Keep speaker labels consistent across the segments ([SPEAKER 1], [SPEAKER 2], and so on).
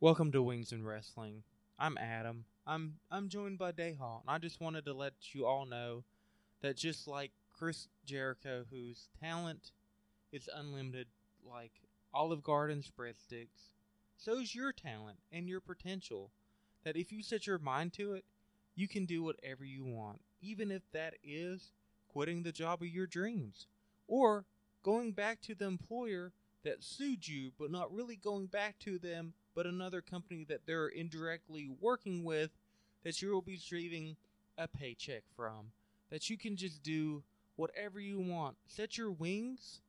[SPEAKER 1] Welcome to Wings and Wrestling. I'm Adam. I'm I'm joined by Dayhall, and I just wanted to let you all know that just like Chris Jericho, whose talent is unlimited, like Olive Garden breadsticks, so's your talent and your potential. That if you set your mind to it, you can do whatever you want, even if that is quitting the job of your dreams or going back to the employer that sued you, but not really going back to them, but another company that they're indirectly working with that you will be receiving a paycheck from. That you can just do whatever you want. Set your wings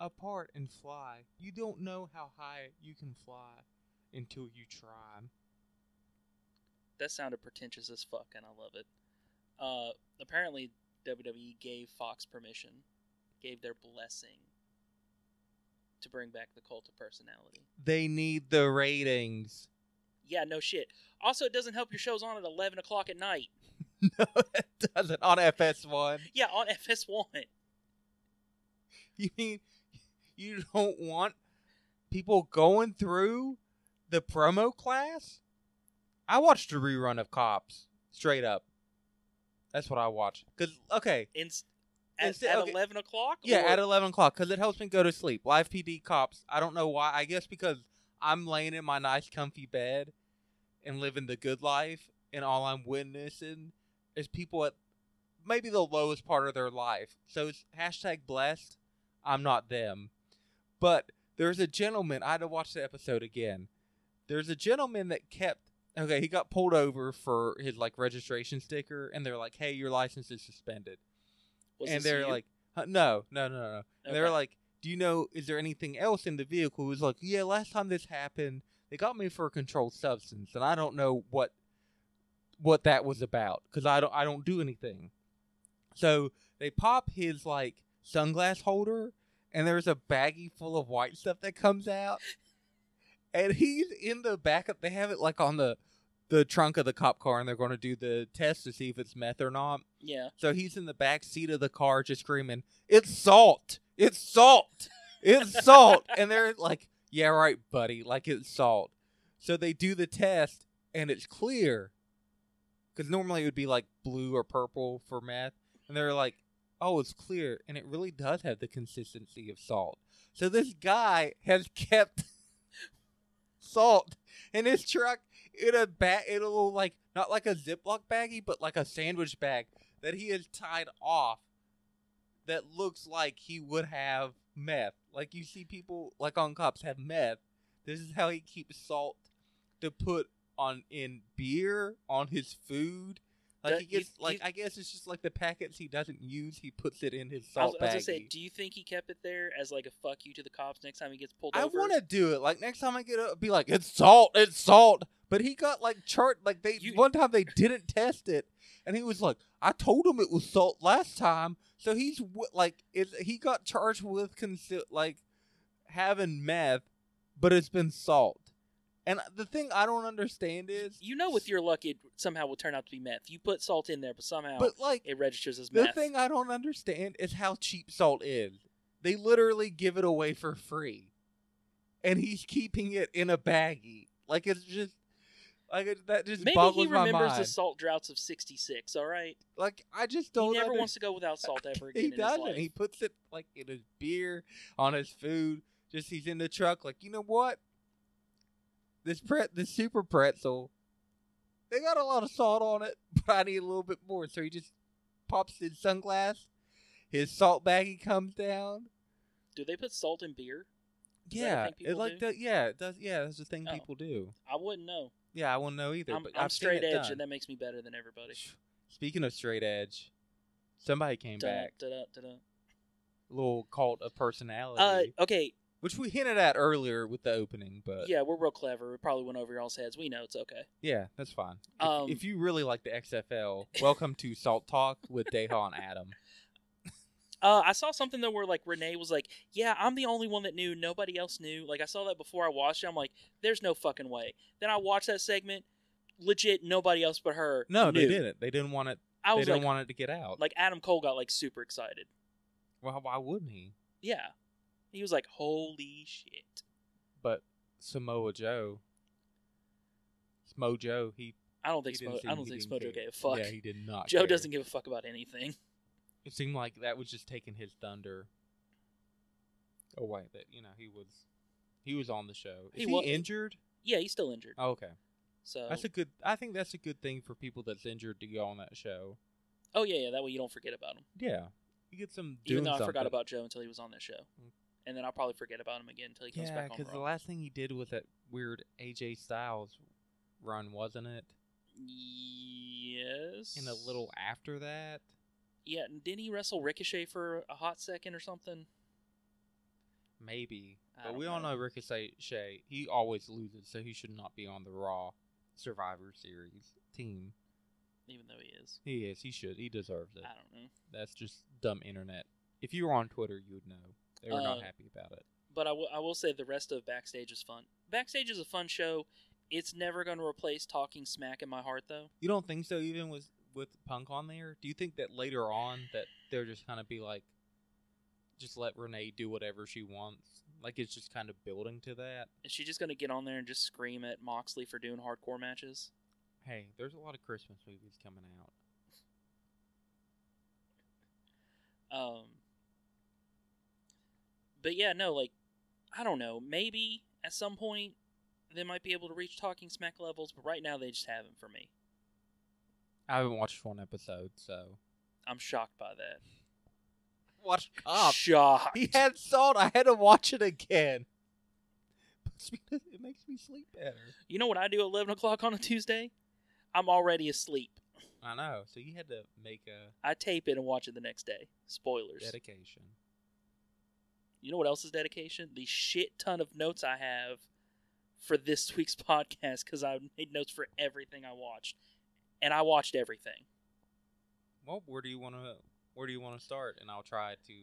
[SPEAKER 1] apart and fly. You don't know how high you can fly until you try.
[SPEAKER 2] That sounded pretentious as fuck, and I love it. Uh, apparently, WWE gave Fox permission, gave their blessing to bring back the cult of personality.
[SPEAKER 1] They need the ratings.
[SPEAKER 2] Yeah, no shit. Also, it doesn't help your show's on at 11 o'clock at night.
[SPEAKER 1] no, it doesn't. On FS1.
[SPEAKER 2] Yeah, on FS1.
[SPEAKER 1] You mean you don't want people going through the promo class? I watched a rerun of Cops, straight up. That's what I watched. Cause okay,
[SPEAKER 2] In, at
[SPEAKER 1] Instead-
[SPEAKER 2] at
[SPEAKER 1] okay.
[SPEAKER 2] 11 o'clock?
[SPEAKER 1] yeah,
[SPEAKER 2] Or-
[SPEAKER 1] at eleven o'clock, cause it helps me go to sleep. Live PD Cops. I don't know why. I guess because I'm laying in my nice, comfy bed and living the good life, and all I'm witnessing is people at maybe the lowest part of their life. So it's hashtag blessed. I'm not them. But there's a gentleman. I had to watch the episode again. There's a gentleman that kept. Okay, he got pulled over for his like registration sticker, and they're like, "Hey, your license is suspended."
[SPEAKER 2] Was
[SPEAKER 1] and
[SPEAKER 2] this
[SPEAKER 1] they're
[SPEAKER 2] you?
[SPEAKER 1] like, huh, "No, no, no, no." And they were
[SPEAKER 2] Okay.
[SPEAKER 1] like, "Do you know? Is there anything else in the vehicle?" It was like, "Yeah, last time this happened, they got me for a controlled substance, and I don't know what what that was about because I don't I don't do anything." So they pop his like sunglass holder, and there's a baggie full of white stuff that comes out, and he's in the back. Of, they have it like on the the trunk of the cop car, and they're going to do the test to see if it's meth or not.
[SPEAKER 2] yeah.
[SPEAKER 1] So he's in the back seat of the car just screaming, It's salt! It's salt! It's salt! and they're like, Yeah, right, buddy. Like, it's salt. So they do the test and it's clear. Because normally it would be like blue or purple for meth. And they're like, Oh, it's clear. And it really does have the consistency of salt. So this guy has kept salt in his truck in a bag, in a little like, not like a Ziploc baggie, but like a sandwich bag that he is tied off that looks like he would have meth. Like you see people like on cops have meth. This is how he keeps salt to put on in beer, on his food. Like
[SPEAKER 2] That-
[SPEAKER 1] he gets
[SPEAKER 2] you-
[SPEAKER 1] like
[SPEAKER 2] you-
[SPEAKER 1] I guess it's just like the packets he doesn't use, he puts it in his
[SPEAKER 2] I was,
[SPEAKER 1] salt
[SPEAKER 2] I was gonna
[SPEAKER 1] bag.
[SPEAKER 2] say, do you think he kept it there as like a fuck you to the cops next time he gets pulled
[SPEAKER 1] I
[SPEAKER 2] over?
[SPEAKER 1] want to do it. Like next time I get up, be like, it's salt, it's salt. But he got like chart. Like they
[SPEAKER 2] You-
[SPEAKER 1] one time they didn't test it, and he was like, I told him it was salt last time. So he's w- like, it, he got charged with consi- like having meth, but it's been salt. And the thing I don't understand is,
[SPEAKER 2] You know, with your luck, it somehow will turn out to be meth. You put salt in there, but somehow
[SPEAKER 1] but like
[SPEAKER 2] it registers as
[SPEAKER 1] the
[SPEAKER 2] meth.
[SPEAKER 1] thing I don't understand is how cheap salt is. They literally give it away for free, and he's keeping it in a baggie. Like it's just like it, that just
[SPEAKER 2] Maybe
[SPEAKER 1] boggles
[SPEAKER 2] he
[SPEAKER 1] my
[SPEAKER 2] remembers
[SPEAKER 1] mind.
[SPEAKER 2] the salt droughts of '66. All right,
[SPEAKER 1] like I just
[SPEAKER 2] he
[SPEAKER 1] don't.
[SPEAKER 2] never
[SPEAKER 1] under-
[SPEAKER 2] wants to go without salt ever again.
[SPEAKER 1] He
[SPEAKER 2] in
[SPEAKER 1] doesn't.
[SPEAKER 2] His life.
[SPEAKER 1] He puts it like in his beer, on his food. Just he's in the truck. Like you know what? This pret, this super pretzel, they got a lot of salt on it, but I need a little bit more. So he just pops his sunglass. His salt baggie comes down.
[SPEAKER 2] Do they put salt in beer? Is that a
[SPEAKER 1] Yeah,
[SPEAKER 2] thing
[SPEAKER 1] it
[SPEAKER 2] people
[SPEAKER 1] like
[SPEAKER 2] do?
[SPEAKER 1] that. Yeah, it does. Yeah, that's the thing
[SPEAKER 2] Oh.
[SPEAKER 1] people do.
[SPEAKER 2] I wouldn't know.
[SPEAKER 1] Yeah, I won't know either.
[SPEAKER 2] I'm,
[SPEAKER 1] but
[SPEAKER 2] I'm
[SPEAKER 1] I've seen
[SPEAKER 2] straight
[SPEAKER 1] it
[SPEAKER 2] edge,
[SPEAKER 1] done.
[SPEAKER 2] and that makes me better than everybody.
[SPEAKER 1] Speaking of straight edge, somebody came
[SPEAKER 2] Dun,
[SPEAKER 1] back.
[SPEAKER 2] dun, dun, dun.
[SPEAKER 1] Little cult of personality,
[SPEAKER 2] Uh, okay,
[SPEAKER 1] which we hinted at earlier with the opening, but yeah,
[SPEAKER 2] yeah, we're real clever. We probably went over y'all's heads. We know it's okay.
[SPEAKER 1] that's fine. If,
[SPEAKER 2] Um,
[SPEAKER 1] if you really like the XFL, welcome to Salt Talk with Deha and Adam.
[SPEAKER 2] Uh, I saw something though where like Renee was like, "Yeah, I'm the only one that knew. Nobody else knew." Like I saw that before I watched it. I'm like, "There's no fucking way." Then I watched that segment. Legit, nobody else but her.
[SPEAKER 1] No, they
[SPEAKER 2] knew.
[SPEAKER 1] didn't. They didn't want it.
[SPEAKER 2] I
[SPEAKER 1] They
[SPEAKER 2] was
[SPEAKER 1] didn't
[SPEAKER 2] like,
[SPEAKER 1] want it to get out.
[SPEAKER 2] like Adam Cole got like super excited.
[SPEAKER 1] well, why wouldn't he?
[SPEAKER 2] Yeah, he was like, "Holy shit!"
[SPEAKER 1] But Samoa Joe. Smojo, he
[SPEAKER 2] I don't think
[SPEAKER 1] He didn't
[SPEAKER 2] Smo- I
[SPEAKER 1] seem-
[SPEAKER 2] don't
[SPEAKER 1] he
[SPEAKER 2] think
[SPEAKER 1] didn't
[SPEAKER 2] Smojo
[SPEAKER 1] care.
[SPEAKER 2] gave a fuck.
[SPEAKER 1] yeah, he did not.
[SPEAKER 2] Joe
[SPEAKER 1] care.
[SPEAKER 2] doesn't give a fuck about anything.
[SPEAKER 1] It seemed like that was just taking his thunder away. That you know he was, he was on the show. Is
[SPEAKER 2] He Uh,
[SPEAKER 1] he,
[SPEAKER 2] wa-
[SPEAKER 1] injured?
[SPEAKER 2] Yeah, he's still injured.
[SPEAKER 1] Oh, okay,
[SPEAKER 2] So
[SPEAKER 1] that's a good. I think that's a good thing for people that's injured to go on that show.
[SPEAKER 2] oh yeah, yeah. That way you don't forget about him.
[SPEAKER 1] Yeah, you get some. doing
[SPEAKER 2] Even though I forgot
[SPEAKER 1] something.
[SPEAKER 2] about Joe until he was on that show,
[SPEAKER 1] Mm.
[SPEAKER 2] and then I'll probably forget about him again until he comes
[SPEAKER 1] Yeah,
[SPEAKER 2] back on
[SPEAKER 1] because the
[SPEAKER 2] Raw.
[SPEAKER 1] last thing he did was that weird AJ Styles run, wasn't it?
[SPEAKER 2] yes.
[SPEAKER 1] And a little after that,
[SPEAKER 2] Yeah, and didn't he wrestle Ricochet for a hot second or something?
[SPEAKER 1] maybe.
[SPEAKER 2] I
[SPEAKER 1] But
[SPEAKER 2] don't
[SPEAKER 1] we all
[SPEAKER 2] know.
[SPEAKER 1] know Ricochet. Shay, He always loses, so he should not be on the Raw Survivor Series team.
[SPEAKER 2] Even though he is,
[SPEAKER 1] He is. He should. He deserves it.
[SPEAKER 2] I don't know.
[SPEAKER 1] That's just dumb internet. If you were on Twitter, you'd know they were
[SPEAKER 2] Uh,
[SPEAKER 1] not happy about it.
[SPEAKER 2] But I will- I will say the rest of Backstage is fun. Backstage is a fun show. It's never going to replace Talking Smack in my heart, though.
[SPEAKER 1] You don't think so? Even with with Punk on there, do you think that later on that they're just kind of be like, just let Renee do whatever she wants? Like it's just kind of building to that.
[SPEAKER 2] Is she just going to get on there and just scream at Moxley for doing hardcore matches?
[SPEAKER 1] Hey, there's a lot of Christmas movies coming out.
[SPEAKER 2] Um, but yeah, no, like I don't know. Maybe at some point they might be able to reach talking smack levels, but right now they just haven't for me.
[SPEAKER 1] I haven't watched one episode, so
[SPEAKER 2] I'm shocked by that.
[SPEAKER 1] watch
[SPEAKER 2] Shocked.
[SPEAKER 1] He had salt. I had to watch it again. Puts me to- It makes me sleep better.
[SPEAKER 2] You know what I do at eleven o'clock on a Tuesday? I'm already asleep.
[SPEAKER 1] I know. So you had to make a
[SPEAKER 2] I tape it and watch it the next day. Spoilers.
[SPEAKER 1] dedication.
[SPEAKER 2] you know what else is dedication? The shit ton of notes I have for this week's podcast because I made notes for everything I watched, and I watched everything.
[SPEAKER 1] Well, where do you want to where do you want to start? And I'll try to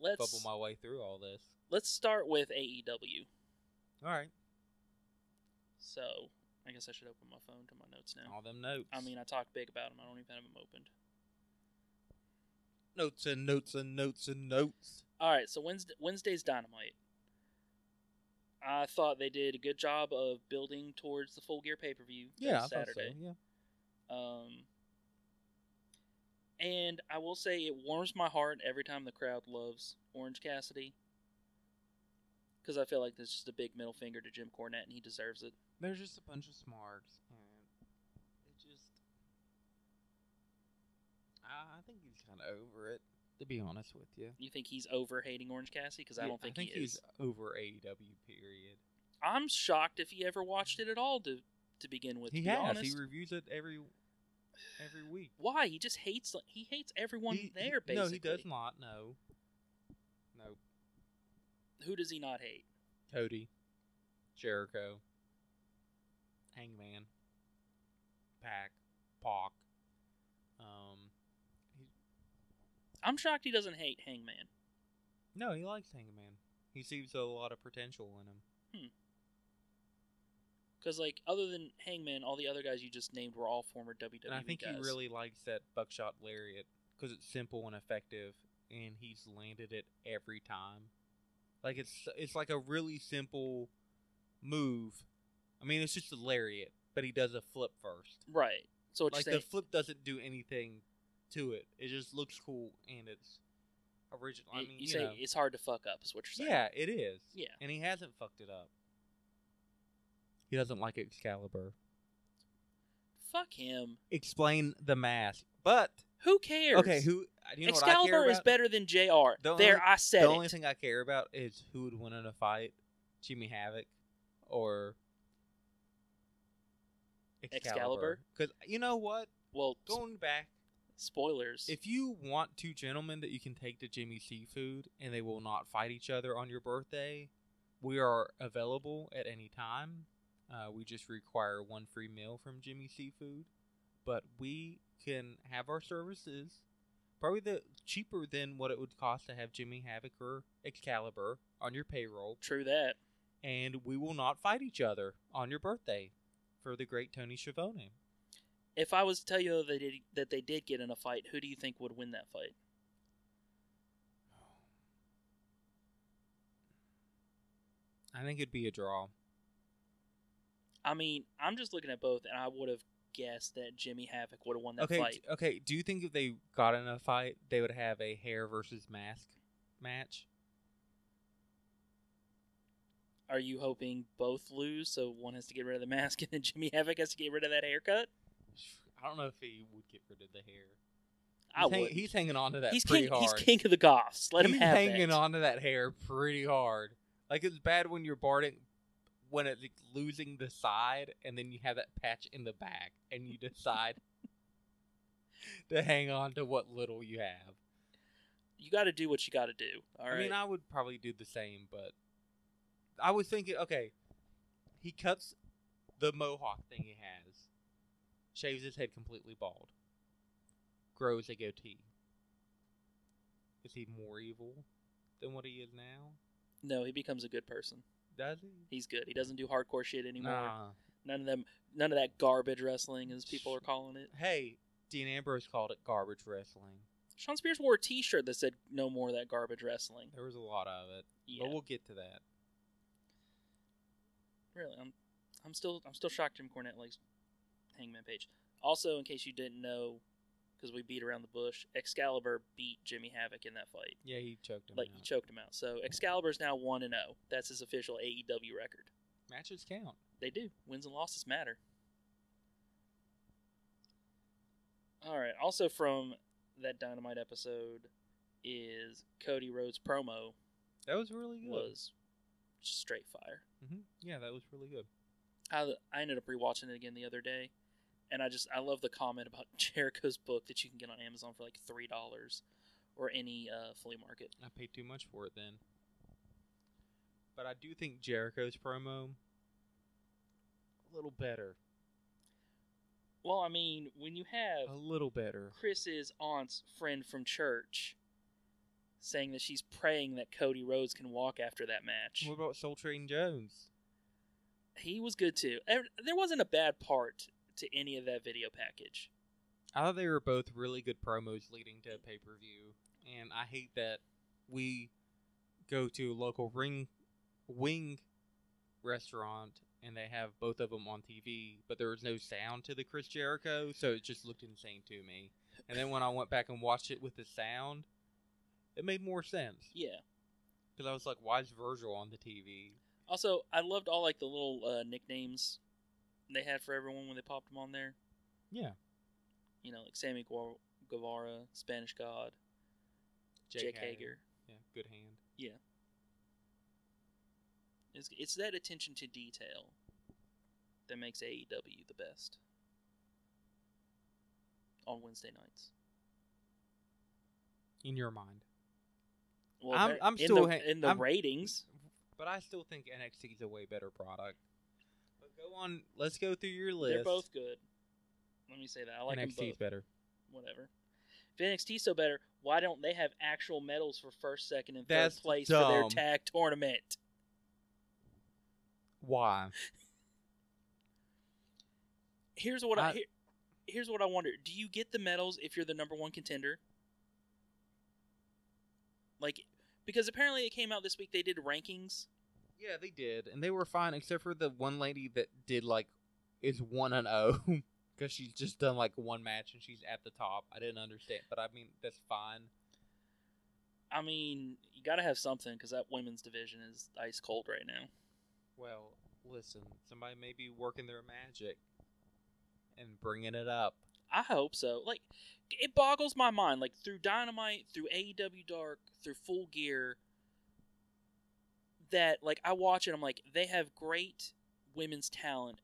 [SPEAKER 2] Let's
[SPEAKER 1] bubble my way through all this.
[SPEAKER 2] let's start with E AEW.
[SPEAKER 1] All right,
[SPEAKER 2] So I guess I should open my phone to my notes now.
[SPEAKER 1] all them notes.
[SPEAKER 2] I mean, I talked big about them. I don't even have them opened.
[SPEAKER 1] notes and notes and notes and notes.
[SPEAKER 2] All right, so Wednesday, Wednesday's Dynamite. I thought they did a good job of building towards the full gear pay per view.
[SPEAKER 1] Yeah, I thought so.
[SPEAKER 2] Saturday.
[SPEAKER 1] Yeah,
[SPEAKER 2] Um, and I will say it warms my heart every time the crowd loves Orange Cassidy. Because I feel like there's just a big middle finger to Jim Cornette, and he deserves it.
[SPEAKER 1] they're just a bunch of smarts, and it just. I I think he's kind of over it, to be honest with you.
[SPEAKER 2] You think he's over hating Orange Cassidy? Because I
[SPEAKER 1] Yeah,
[SPEAKER 2] don't think, he
[SPEAKER 1] he's
[SPEAKER 2] is.
[SPEAKER 1] over AEW. Period.
[SPEAKER 2] I'm shocked if he ever watched it at all to to begin with.
[SPEAKER 1] he
[SPEAKER 2] to be
[SPEAKER 1] has.
[SPEAKER 2] Honest.
[SPEAKER 1] He reviews it every every week.
[SPEAKER 2] Why? He just hates. He hates everyone
[SPEAKER 1] He- he-
[SPEAKER 2] there. Basically,
[SPEAKER 1] No, he does not. No. No.
[SPEAKER 2] Who does he not hate?
[SPEAKER 1] Cody, Jericho, Hangman, Pack, Pac. Um, he,
[SPEAKER 2] I'm shocked he doesn't hate Hangman.
[SPEAKER 1] no, he likes Hangman. He sees a lot of potential in him.
[SPEAKER 2] Because like, other than Hangman, all the other guys you just named were all former WWE
[SPEAKER 1] And I think
[SPEAKER 2] guys.
[SPEAKER 1] he really likes that buckshot lariat because it's simple and effective, and he's landed it every time. Like it's it's like a really simple move. I mean, it's just a lariat, but he does a flip first.
[SPEAKER 2] right. So what
[SPEAKER 1] like
[SPEAKER 2] you're saying?
[SPEAKER 1] the flip doesn't do anything to it. It just looks cool and it's original. I
[SPEAKER 2] y-
[SPEAKER 1] mean,
[SPEAKER 2] you,
[SPEAKER 1] you,
[SPEAKER 2] say
[SPEAKER 1] know,
[SPEAKER 2] it's hard to fuck up. Is what you're saying?
[SPEAKER 1] yeah, it is.
[SPEAKER 2] Yeah.
[SPEAKER 1] and he hasn't fucked it up. He doesn't like Excalibur.
[SPEAKER 2] Fuck him.
[SPEAKER 1] Explain the mask, but
[SPEAKER 2] Who cares?
[SPEAKER 1] okay, who? uh, You know what I
[SPEAKER 2] Excalibur
[SPEAKER 1] care
[SPEAKER 2] is
[SPEAKER 1] about?
[SPEAKER 2] better than Jr.
[SPEAKER 1] The
[SPEAKER 2] there,
[SPEAKER 1] only-
[SPEAKER 2] I said
[SPEAKER 1] The
[SPEAKER 2] it.
[SPEAKER 1] only thing I care about is who would win in a fight: Jimmy Havoc or
[SPEAKER 2] Excalibur?
[SPEAKER 1] Because you know what?
[SPEAKER 2] well, s-
[SPEAKER 1] Going back
[SPEAKER 2] spoilers.
[SPEAKER 1] If you want two gentlemen that you can take to Jimmy Seafood and they will not fight each other on your birthday, we are available at any time. Uh, we just require one free meal from Jimmy Seafood, but we can have our services probably the cheaper than what it would cost to have Jimmy Havoc or Excalibur on your payroll,
[SPEAKER 2] True that.
[SPEAKER 1] and we will not fight each other on your birthday for the great Tony Schiavone.
[SPEAKER 2] If I was to tell you that they did, that they did get in a fight, who do you think would win that fight?
[SPEAKER 1] I think it'd be a draw.
[SPEAKER 2] I mean, I'm just looking at both, and I would have guessed that Jimmy Havoc would have won that
[SPEAKER 1] okay,
[SPEAKER 2] fight.
[SPEAKER 1] d- okay. Do you think if they got in a fight, they would have a hair versus mask match?
[SPEAKER 2] Are you hoping both lose, so one has to get rid of the mask, and then Jimmy Havoc has to get rid of that haircut?
[SPEAKER 1] I don't know if he would get rid of the hair.
[SPEAKER 2] I
[SPEAKER 1] he's, hang-
[SPEAKER 2] would.
[SPEAKER 1] he's hanging on to that
[SPEAKER 2] he's
[SPEAKER 1] pretty
[SPEAKER 2] king.
[SPEAKER 1] hard.
[SPEAKER 2] He's king of the goths. Let him
[SPEAKER 1] He's
[SPEAKER 2] have
[SPEAKER 1] hanging
[SPEAKER 2] that.
[SPEAKER 1] on to that hair pretty hard. Like it's bad when you're barding when it's like, losing the side and then you have that patch in the back and you decide to hang on to what little you have.
[SPEAKER 2] You got to do what you got to do. All right.
[SPEAKER 1] I mean, I would probably do the same, but I was thinking, okay, he cuts the mohawk thing he has, shaves his head completely bald, grows a goatee. Is he more evil than what he is now?
[SPEAKER 2] no, he becomes a good person.
[SPEAKER 1] Does he?
[SPEAKER 2] He's good. He doesn't do hardcore shit anymore.
[SPEAKER 1] Nah.
[SPEAKER 2] None of them. None of that garbage wrestling, as people are calling it.
[SPEAKER 1] Hey, Dean Ambrose called it garbage wrestling.
[SPEAKER 2] Sean Spears wore a T-shirt that said "No more of that garbage wrestling."
[SPEAKER 1] There was a lot of it,
[SPEAKER 2] Yeah,
[SPEAKER 1] but we'll get to that.
[SPEAKER 2] really. I'm, I'm still, I'm still shocked Jim Cornette likes Hangman Page. Also, in case you didn't know, because we beat around the bush, Excalibur beat Jimmy Havoc in that fight.
[SPEAKER 1] Yeah, he choked him
[SPEAKER 2] Like
[SPEAKER 1] out.
[SPEAKER 2] he choked him out. So Excalibur's now one and zero. That's his official AEW record.
[SPEAKER 1] Matches count.
[SPEAKER 2] They do. Wins and losses matter. All right. Also from that Dynamite episode is Cody Rhodes promo
[SPEAKER 1] That was really good.
[SPEAKER 2] was straight fire.
[SPEAKER 1] hmm Yeah, that was really good.
[SPEAKER 2] I, I ended up rewatching it again the other day, and I just I love the comment about Jericho's book that you can get on Amazon for like three dollars, or any uh, flea market.
[SPEAKER 1] I paid too much for it then. But I do think Jericho's promo a little better.
[SPEAKER 2] Well, I mean, when you have
[SPEAKER 1] A little better.
[SPEAKER 2] Chris's aunt's friend from church saying that she's praying that Cody Rhodes can walk after that match.
[SPEAKER 1] What about Soul Train Jones?
[SPEAKER 2] He was good too. Ev- There wasn't a bad part to any of that video package.
[SPEAKER 1] I thought they were both really good promos leading to a pay per view, and I hate that we go to a local ring wing restaurant and they have both of them on TV, but there was no sound to the Chris Jericho, so it just looked insane to me. And then when I went back and watched it with the sound, it made more sense.
[SPEAKER 2] Yeah.
[SPEAKER 1] Because I was like, why is Virgil on the TV?
[SPEAKER 2] Also, I loved all like the little uh, nicknames they had for everyone when they popped them on there.
[SPEAKER 1] Yeah.
[SPEAKER 2] You know, like Sammy Guar- Guevara, Spanish God, Jake, Hager.
[SPEAKER 1] Yeah, good hand.
[SPEAKER 2] It's, it's that attention to detail that makes AEW the best on Wednesday nights.
[SPEAKER 1] In your mind.
[SPEAKER 2] Well,
[SPEAKER 1] I'm-
[SPEAKER 2] they're-
[SPEAKER 1] I'm
[SPEAKER 2] in
[SPEAKER 1] still
[SPEAKER 2] the,
[SPEAKER 1] ha-
[SPEAKER 2] in the
[SPEAKER 1] I'm-
[SPEAKER 2] ratings.
[SPEAKER 1] But I still think NXT is a way better product. But go on, let's go through your list.
[SPEAKER 2] They're both good. Let me say that. I like
[SPEAKER 1] NXT
[SPEAKER 2] them
[SPEAKER 1] is
[SPEAKER 2] both.
[SPEAKER 1] better.
[SPEAKER 2] Whatever. If NXT's so better, why don't they have actual medals for first, second, and
[SPEAKER 1] That's
[SPEAKER 2] third place for their
[SPEAKER 1] dumb.
[SPEAKER 2] tag tournament?
[SPEAKER 1] Why?
[SPEAKER 2] Here's what I,
[SPEAKER 1] I-
[SPEAKER 2] here, here's what I wonder. Do you get the medals if you're the number one contender? Like, because apparently it came out this week. They did rankings.
[SPEAKER 1] Yeah, they did, and they were fine, except for the one lady that did like is one and zero because she's just done like one match and she's at the top. I didn't understand, but I mean that's fine.
[SPEAKER 2] I mean, you got to have something because that women's division is ice cold right now.
[SPEAKER 1] Well, listen, somebody may be working their magic and bringing it up.
[SPEAKER 2] I hope so. Like, it boggles my mind. Like, through Dynamite, through AEW Dark, through Full Gear, that, like, I watch it, I'm like, they have great women's talent,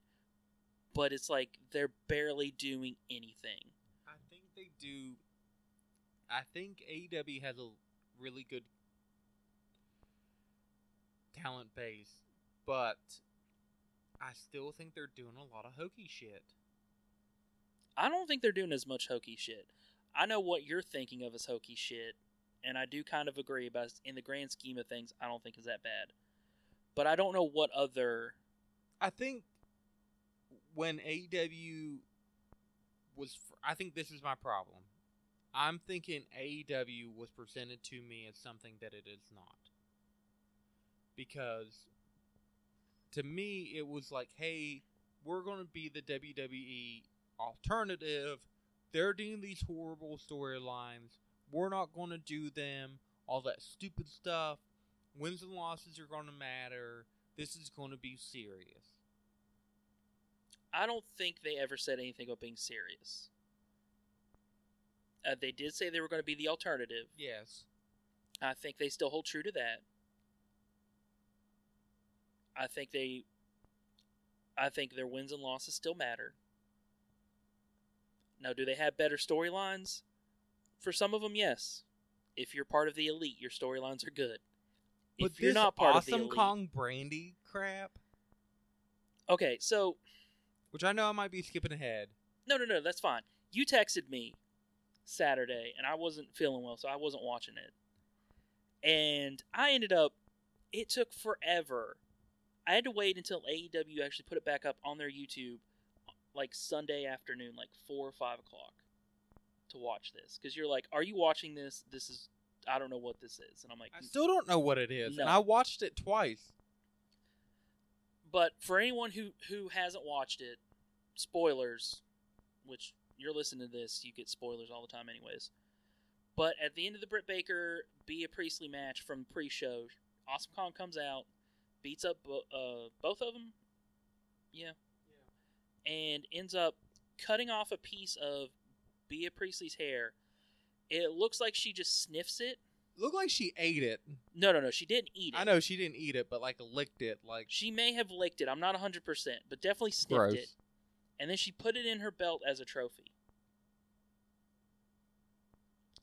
[SPEAKER 2] but it's like they're barely doing anything.
[SPEAKER 1] I think they do. I think AEW has a really good talent base, but I still think they're doing a lot of hokey shit.
[SPEAKER 2] I don't think they're doing as much hokey shit. I know what you're thinking of as hokey shit, and I do kind of agree, but in the grand scheme of things, I don't think is that bad. But I don't know what other.
[SPEAKER 1] I think when AEW was, fir- I think this is my problem. I'm thinking AEW was presented to me as something that it is not. Because to me, it was like, hey, we're going to be the WWE alternative. They're doing these horrible storylines. We're not going to do them. All that stupid stuff. Wins and losses are going to matter. This is going to be serious.
[SPEAKER 2] I don't think they ever said anything about being serious. Uh, they did say they were going to be the alternative.
[SPEAKER 1] Yes.
[SPEAKER 2] I think they still hold true to that. I think they I think their wins and losses still matter. Now, do they have better storylines? For some of them, yes. If you're part of the elite, your storylines are good.
[SPEAKER 1] But
[SPEAKER 2] if you're
[SPEAKER 1] this
[SPEAKER 2] not part
[SPEAKER 1] awesome
[SPEAKER 2] of the elite,
[SPEAKER 1] Kong Brandy crap,
[SPEAKER 2] okay. So
[SPEAKER 1] which I know I might be skipping ahead.
[SPEAKER 2] no, no, no, that's fine. You texted me Saturday, and I wasn't feeling well, so I wasn't watching it. And I ended up. It took forever. I had to wait until AEW actually put it back up on their YouTube, like Sunday afternoon, like four or five o'clock, to watch this. Because you're like, "Are you watching this? This is I don't know what this is," and I'm like,
[SPEAKER 1] I still don't know what it is, and
[SPEAKER 2] No.
[SPEAKER 1] I watched it twice.
[SPEAKER 2] but for anyone who who hasn't watched it, spoilers, which you're listening to this, you get spoilers all the time, anyways. But at the end of the Britt Baker Bea Priestley match from pre-show, Awesome Kong comes out, beats up bo- uh, both of them, yeah, and ends up cutting off a piece of Bea Priestley's hair. It looks like she just sniffs it.
[SPEAKER 1] Looked like she ate it.
[SPEAKER 2] No, no, no, she didn't eat it.
[SPEAKER 1] I know she didn't eat it, but like licked it. Like
[SPEAKER 2] She may have licked it. I'm not 100%, but definitely sniffed
[SPEAKER 1] gross.
[SPEAKER 2] it. and then she put it in her belt as a trophy.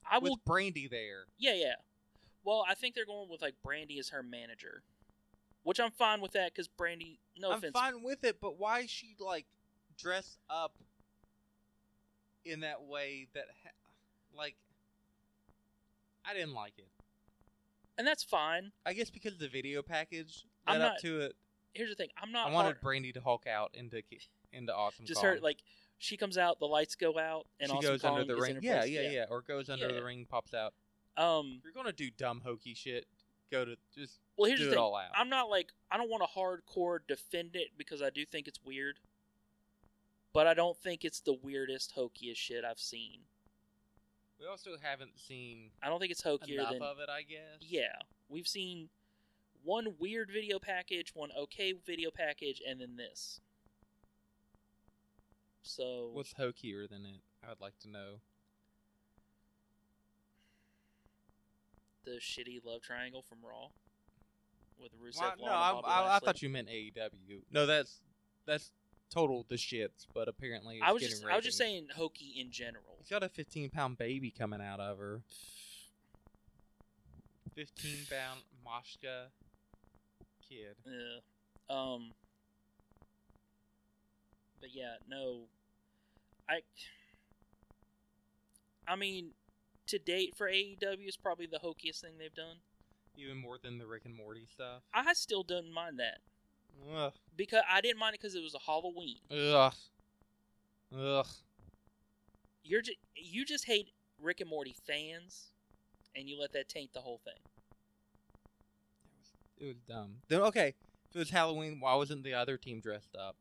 [SPEAKER 2] I will.
[SPEAKER 1] With Brandy there,
[SPEAKER 2] Yeah, yeah. Well, I think they're going with like Brandy as her manager, which I'm fine with that because Brandy. No
[SPEAKER 1] I'm
[SPEAKER 2] offense.
[SPEAKER 1] fine with it. But why is she like dressed up in that way? That ha- like I didn't like it.
[SPEAKER 2] And that's fine.
[SPEAKER 1] I guess because the video package
[SPEAKER 2] I'm
[SPEAKER 1] led up
[SPEAKER 2] not-
[SPEAKER 1] to it.
[SPEAKER 2] Here's the thing. I'm not.
[SPEAKER 1] I wanted
[SPEAKER 2] hard-
[SPEAKER 1] Brandy to Hulk out into ki- into awesome.
[SPEAKER 2] just
[SPEAKER 1] Kong.
[SPEAKER 2] her like she comes out, the lights go out, and
[SPEAKER 1] she
[SPEAKER 2] Awesome
[SPEAKER 1] goes
[SPEAKER 2] Kong
[SPEAKER 1] under the
[SPEAKER 2] is in
[SPEAKER 1] ring.
[SPEAKER 2] her
[SPEAKER 1] Yeah,
[SPEAKER 2] place.
[SPEAKER 1] yeah, yeah, Or goes under
[SPEAKER 2] Yeah.
[SPEAKER 1] the ring, pops out.
[SPEAKER 2] Um.
[SPEAKER 1] If you're gonna do dumb hokey shit, go to just
[SPEAKER 2] Well, here's
[SPEAKER 1] do
[SPEAKER 2] the
[SPEAKER 1] it
[SPEAKER 2] thing.
[SPEAKER 1] all out.
[SPEAKER 2] I'm not like I don't want to hardcore defend it because I do think it's weird, but I don't think it's the weirdest, hokiest shit I've seen.
[SPEAKER 1] we also haven't seen
[SPEAKER 2] I don't think it's hokier
[SPEAKER 1] enough
[SPEAKER 2] than
[SPEAKER 1] of it, I guess.
[SPEAKER 2] yeah. We've seen one weird video package, one okay video package, and then this. So
[SPEAKER 1] What's hokier than it? I would like to know.
[SPEAKER 2] the shitty love triangle from Raw with Rusev.
[SPEAKER 1] Why- no,
[SPEAKER 2] Lana,
[SPEAKER 1] I,
[SPEAKER 2] Bobby
[SPEAKER 1] I, I
[SPEAKER 2] Lashley.
[SPEAKER 1] thought you meant AEW. No, that's that's total the shits, but apparently it's
[SPEAKER 2] I was
[SPEAKER 1] getting
[SPEAKER 2] just I was just
[SPEAKER 1] ratings.
[SPEAKER 2] saying hokey in general.
[SPEAKER 1] She's got a 15 pound baby coming out of her. 15 pound Moshka kid.
[SPEAKER 2] Yeah. Um. But yeah, no. I. I mean, to date for AEW is probably the hokiest thing they've done.
[SPEAKER 1] Even more than the Rick and Morty stuff.
[SPEAKER 2] I still didn't mind that
[SPEAKER 1] Ugh.
[SPEAKER 2] because I didn't mind it because it was a Halloween.
[SPEAKER 1] Ugh. Ugh.
[SPEAKER 2] You're just, you just hate Rick and Morty fans, and you let that taint the whole thing.
[SPEAKER 1] It was dumb. Then okay, if it was Halloween, why wasn't the other team dressed up?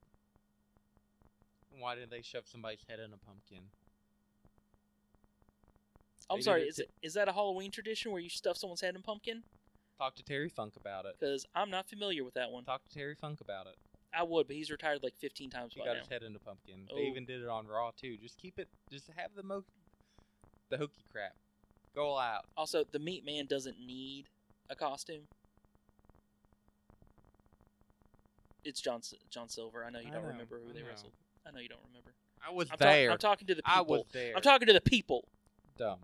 [SPEAKER 1] And Why did they shove somebody's head in a pumpkin?
[SPEAKER 2] I'm
[SPEAKER 1] They
[SPEAKER 2] sorry.
[SPEAKER 1] needed
[SPEAKER 2] Is
[SPEAKER 1] to-
[SPEAKER 2] it is that a Halloween tradition where you stuff someone's head in pumpkin?
[SPEAKER 1] Talk to Terry Funk about it.
[SPEAKER 2] Because I'm not familiar with that one.
[SPEAKER 1] Talk to Terry Funk about it.
[SPEAKER 2] I would, but he's retired like 15 times
[SPEAKER 1] He
[SPEAKER 2] by
[SPEAKER 1] got
[SPEAKER 2] now.
[SPEAKER 1] his head in a pumpkin.
[SPEAKER 2] Oh.
[SPEAKER 1] They even did it on Raw too. Just keep it. Just have the mo, the hokey crap. Go all out.
[SPEAKER 2] Also, the meat man doesn't need a costume. It's John S- John Silver. I know you
[SPEAKER 1] I
[SPEAKER 2] don't
[SPEAKER 1] know,
[SPEAKER 2] remember who
[SPEAKER 1] I
[SPEAKER 2] they
[SPEAKER 1] know.
[SPEAKER 2] wrestled. I know you don't remember.
[SPEAKER 1] I was
[SPEAKER 2] I'm, talk-
[SPEAKER 1] there.
[SPEAKER 2] I'm talking to the people.
[SPEAKER 1] I was there.
[SPEAKER 2] I'm talking to the people.
[SPEAKER 1] Dumb.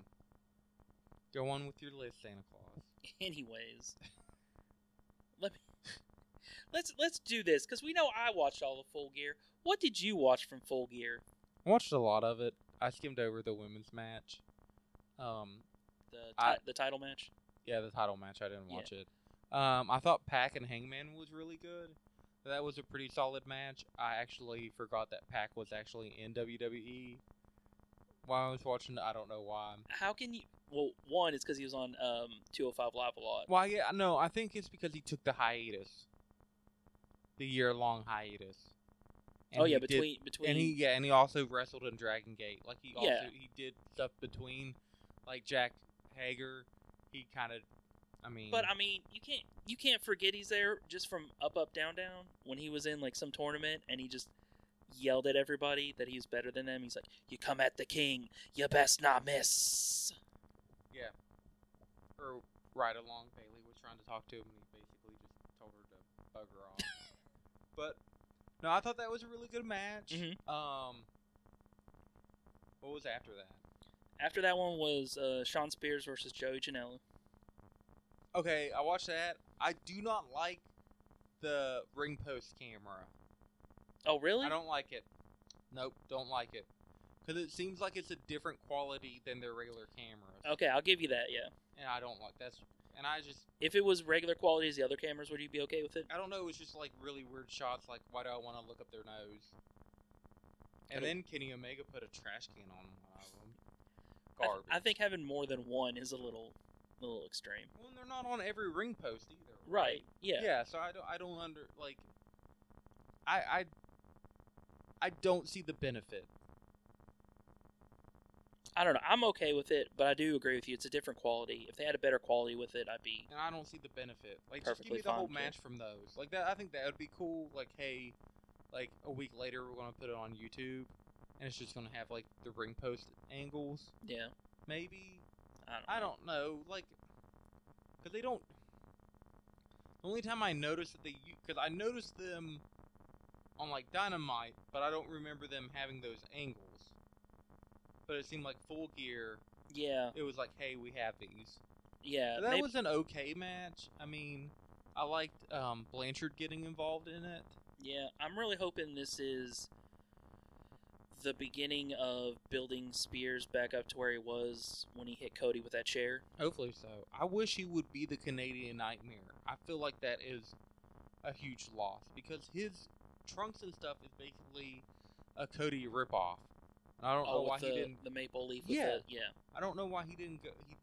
[SPEAKER 1] Go on with your list, Santa Claus.
[SPEAKER 2] Anyways, let me let's let's do this because we know I watched all of Full Gear. What did you watch from Full Gear?
[SPEAKER 1] I watched a lot of it. I skimmed over the women's match. Um,
[SPEAKER 2] The ti-
[SPEAKER 1] I-
[SPEAKER 2] the title match.
[SPEAKER 1] Yeah, the title match. I didn't
[SPEAKER 2] Yeah.
[SPEAKER 1] watch it. Um, I thought Pack and Hangman was really good. That was a pretty solid match. I actually forgot that Pack was actually in WWE while I was watching. it, I don't know why.
[SPEAKER 2] How can you? Well, one is because he was on um 205 Live a lot.
[SPEAKER 1] Why? Yeah, no. I think it's because he took the hiatus, the year long hiatus, And
[SPEAKER 2] oh yeah,
[SPEAKER 1] he did-
[SPEAKER 2] between between
[SPEAKER 1] and he yeah, and he also wrestled in Dragon Gate. Like he also
[SPEAKER 2] Yeah.
[SPEAKER 1] he did stuff between, like Jack Hager. He kind of, I mean,
[SPEAKER 2] But I mean, you can't you can't forget he's there just from up up down down when he was in like some tournament and he just yelled at everybody that he's better than them. He's like, "You come at the king, you best not miss."
[SPEAKER 1] or right along Bailey was trying to talk to him, and he basically just told her to bugger off. but no, I thought that was a really good match.
[SPEAKER 2] Mhm.
[SPEAKER 1] Um, what was after that?
[SPEAKER 2] After that one was uh, Sean Spears versus Joey Janela.
[SPEAKER 1] Okay, I watched that. I do not like the ring post camera.
[SPEAKER 2] Oh really?
[SPEAKER 1] I don't like it. Nope, don't like it. Because it seems like it's a different quality than their regular cameras.
[SPEAKER 2] Okay, I'll give you that. Yeah.
[SPEAKER 1] And I don't like that's. And I just,
[SPEAKER 2] If it was regular quality as the other cameras, would you be okay with it?
[SPEAKER 1] I don't know. It was just like really weird shots. Like, why do I want to look up their nose?
[SPEAKER 2] I
[SPEAKER 1] And
[SPEAKER 2] don't-
[SPEAKER 1] then Kenny Omega put a trash can on one of them.
[SPEAKER 2] I,
[SPEAKER 1] Garbage.
[SPEAKER 2] I think having more than one is a little, little extreme.
[SPEAKER 1] Well, and they're not on every ring post either.
[SPEAKER 2] Right. Yeah.
[SPEAKER 1] so I don't. I don't under like. I I. I don't see the benefit.
[SPEAKER 2] I don't know. I'm okay with it, but I do agree with you. It's a different quality. If they had a better quality with it, I'd be
[SPEAKER 1] and I don't see the benefit. Like, just give
[SPEAKER 2] Perfectly
[SPEAKER 1] me the whole
[SPEAKER 2] fine,
[SPEAKER 1] match from those. Like that, I think that would be cool. Like, hey, like a week later, we're gonna put it on YouTube, and it's just gonna have like the ring post angles,
[SPEAKER 2] yeah.
[SPEAKER 1] maybe.
[SPEAKER 2] I don't.
[SPEAKER 1] I
[SPEAKER 2] know.
[SPEAKER 1] don't know, like, cause they don't. The only time I noticed that they, because I noticed them on like Dynamite, but I don't remember them having those angles. But it seemed like Full Gear.
[SPEAKER 2] Yeah,
[SPEAKER 1] It was like, hey, we have these.
[SPEAKER 2] yeah.
[SPEAKER 1] that
[SPEAKER 2] they-
[SPEAKER 1] was an okay match. I mean, I liked um, Blanchard getting involved in it.
[SPEAKER 2] Yeah, I'm really hoping this is the beginning of building Spears back up to where he was when he hit Cody with that chair.
[SPEAKER 1] Hopefully so. I wish he would be the Canadian Nightmare. I feel like that is a huge loss because his trunks and stuff is basically a Cody ripoff. And I don't know
[SPEAKER 2] Oh,
[SPEAKER 1] why
[SPEAKER 2] with the,
[SPEAKER 1] he didn't.
[SPEAKER 2] the maple leaf. With
[SPEAKER 1] Yeah.
[SPEAKER 2] The, yeah.
[SPEAKER 1] I don't know why he didn't go. He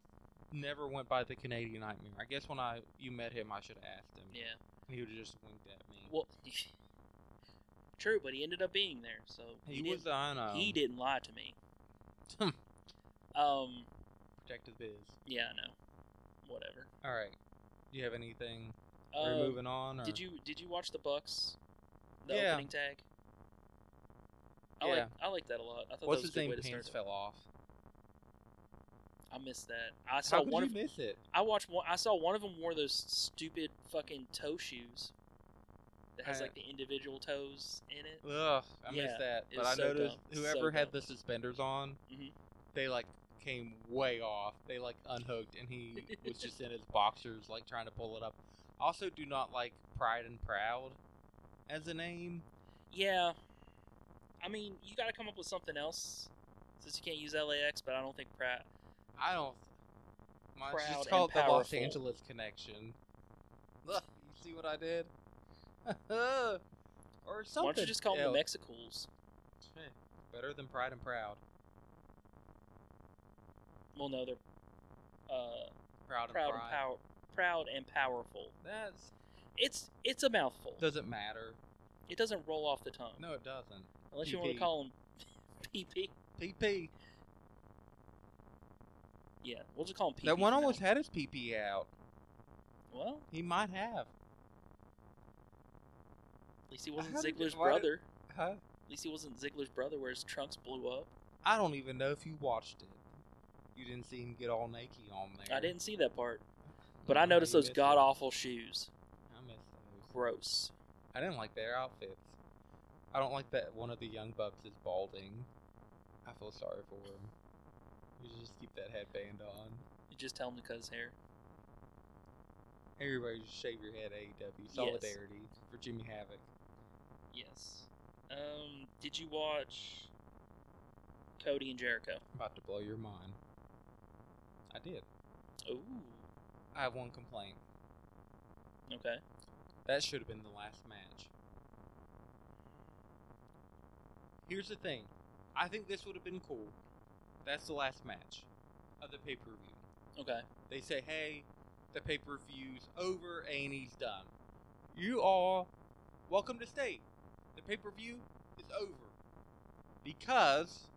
[SPEAKER 1] never went by the Canadian Nightmare. I guess when I you met him, I should have asked him.
[SPEAKER 2] Yeah.
[SPEAKER 1] and he would have just winked at me.
[SPEAKER 2] Well, true, but he ended up being there, so
[SPEAKER 1] he, was. um,
[SPEAKER 2] didn't,
[SPEAKER 1] I know.
[SPEAKER 2] he didn't lie to me.
[SPEAKER 1] Hmm.
[SPEAKER 2] um.
[SPEAKER 1] protect his biz.
[SPEAKER 2] Yeah. No. Whatever.
[SPEAKER 1] All right. Do you have anything? Are we
[SPEAKER 2] Uh,
[SPEAKER 1] moving on? Or?
[SPEAKER 2] did you Did you watch the Bucks? The
[SPEAKER 1] Yeah.
[SPEAKER 2] opening tag. I like
[SPEAKER 1] Yeah.
[SPEAKER 2] I like that a lot. I thought
[SPEAKER 1] What's
[SPEAKER 2] that was
[SPEAKER 1] his
[SPEAKER 2] a good
[SPEAKER 1] name?
[SPEAKER 2] way to start.
[SPEAKER 1] Pants
[SPEAKER 2] it.
[SPEAKER 1] fell off.
[SPEAKER 2] I missed that. I saw
[SPEAKER 1] How could
[SPEAKER 2] one
[SPEAKER 1] you
[SPEAKER 2] of
[SPEAKER 1] miss it?
[SPEAKER 2] I watched one. I saw one of them wore those stupid fucking toe shoes that has
[SPEAKER 1] I-
[SPEAKER 2] like the individual toes in it.
[SPEAKER 1] Ugh, I
[SPEAKER 2] Yeah,
[SPEAKER 1] missed that.
[SPEAKER 2] it
[SPEAKER 1] But
[SPEAKER 2] was
[SPEAKER 1] I
[SPEAKER 2] so
[SPEAKER 1] noticed
[SPEAKER 2] dumb,
[SPEAKER 1] whoever
[SPEAKER 2] so
[SPEAKER 1] had
[SPEAKER 2] dumb.
[SPEAKER 1] the suspenders on,
[SPEAKER 2] Mhm.
[SPEAKER 1] they like came way off. They like unhooked, and he was just in his boxers, like trying to pull it up. Also, do not like Pride and Proud as a name.
[SPEAKER 2] Yeah, I mean, you got to come up with something else since you can't use LAX. But I don't think Pratt.
[SPEAKER 1] I don't. Mine's
[SPEAKER 2] Proud and
[SPEAKER 1] just called the Los
[SPEAKER 2] powerful.
[SPEAKER 1] Angeles Connection. Look, you see what I did? or something.
[SPEAKER 2] Why don't you just call them
[SPEAKER 1] else.
[SPEAKER 2] the Mexicools?
[SPEAKER 1] Heh, Better than Pride and Proud.
[SPEAKER 2] Well, no, they're uh,
[SPEAKER 1] Proud and
[SPEAKER 2] proud
[SPEAKER 1] Pride.
[SPEAKER 2] and power, proud and powerful.
[SPEAKER 1] That
[SPEAKER 2] It's it's a mouthful.
[SPEAKER 1] doesn't matter.
[SPEAKER 2] it doesn't roll off the tongue.
[SPEAKER 1] No, it doesn't.
[SPEAKER 2] unless you want to
[SPEAKER 1] PP.
[SPEAKER 2] call them PP.
[SPEAKER 1] PP.
[SPEAKER 2] Yeah, we'll just call them PP.
[SPEAKER 1] that one
[SPEAKER 2] for now.
[SPEAKER 1] almost had his PP out.
[SPEAKER 2] Well,
[SPEAKER 1] He might have.
[SPEAKER 2] at least he wasn't
[SPEAKER 1] How did-
[SPEAKER 2] Ziggler's
[SPEAKER 1] why did-
[SPEAKER 2] brother.
[SPEAKER 1] Huh?
[SPEAKER 2] At least he wasn't Ziggler's brother, where his trunks blew up.
[SPEAKER 1] I don't even know if you watched it. You didn't see him get all naked on there.
[SPEAKER 2] I didn't see that part, but
[SPEAKER 1] Yeah,
[SPEAKER 2] I noticed
[SPEAKER 1] you
[SPEAKER 2] those
[SPEAKER 1] missed
[SPEAKER 2] god
[SPEAKER 1] it.
[SPEAKER 2] awful shoes.
[SPEAKER 1] I missed those.
[SPEAKER 2] Gross.
[SPEAKER 1] I didn't like their outfits. I don't like that one of the young bucks is balding. I feel sorry for him. You should just keep that headband on.
[SPEAKER 2] You just tell him to cut his hair.
[SPEAKER 1] Everybody just shave your head, AEW. Solidarity for Jimmy Havoc.
[SPEAKER 2] Yes. Um, did you watch Cody and Jericho?
[SPEAKER 1] I'm about to blow your mind. I did.
[SPEAKER 2] Ooh.
[SPEAKER 1] I have one complaint.
[SPEAKER 2] Okay.
[SPEAKER 1] That should have been the last match. Here's the thing. I think this would have been cool. That's the last match of the pay per view.
[SPEAKER 2] Okay.
[SPEAKER 1] They say, hey, the pay per view's over, A and E's done. You are welcome to state. The pay per view is over because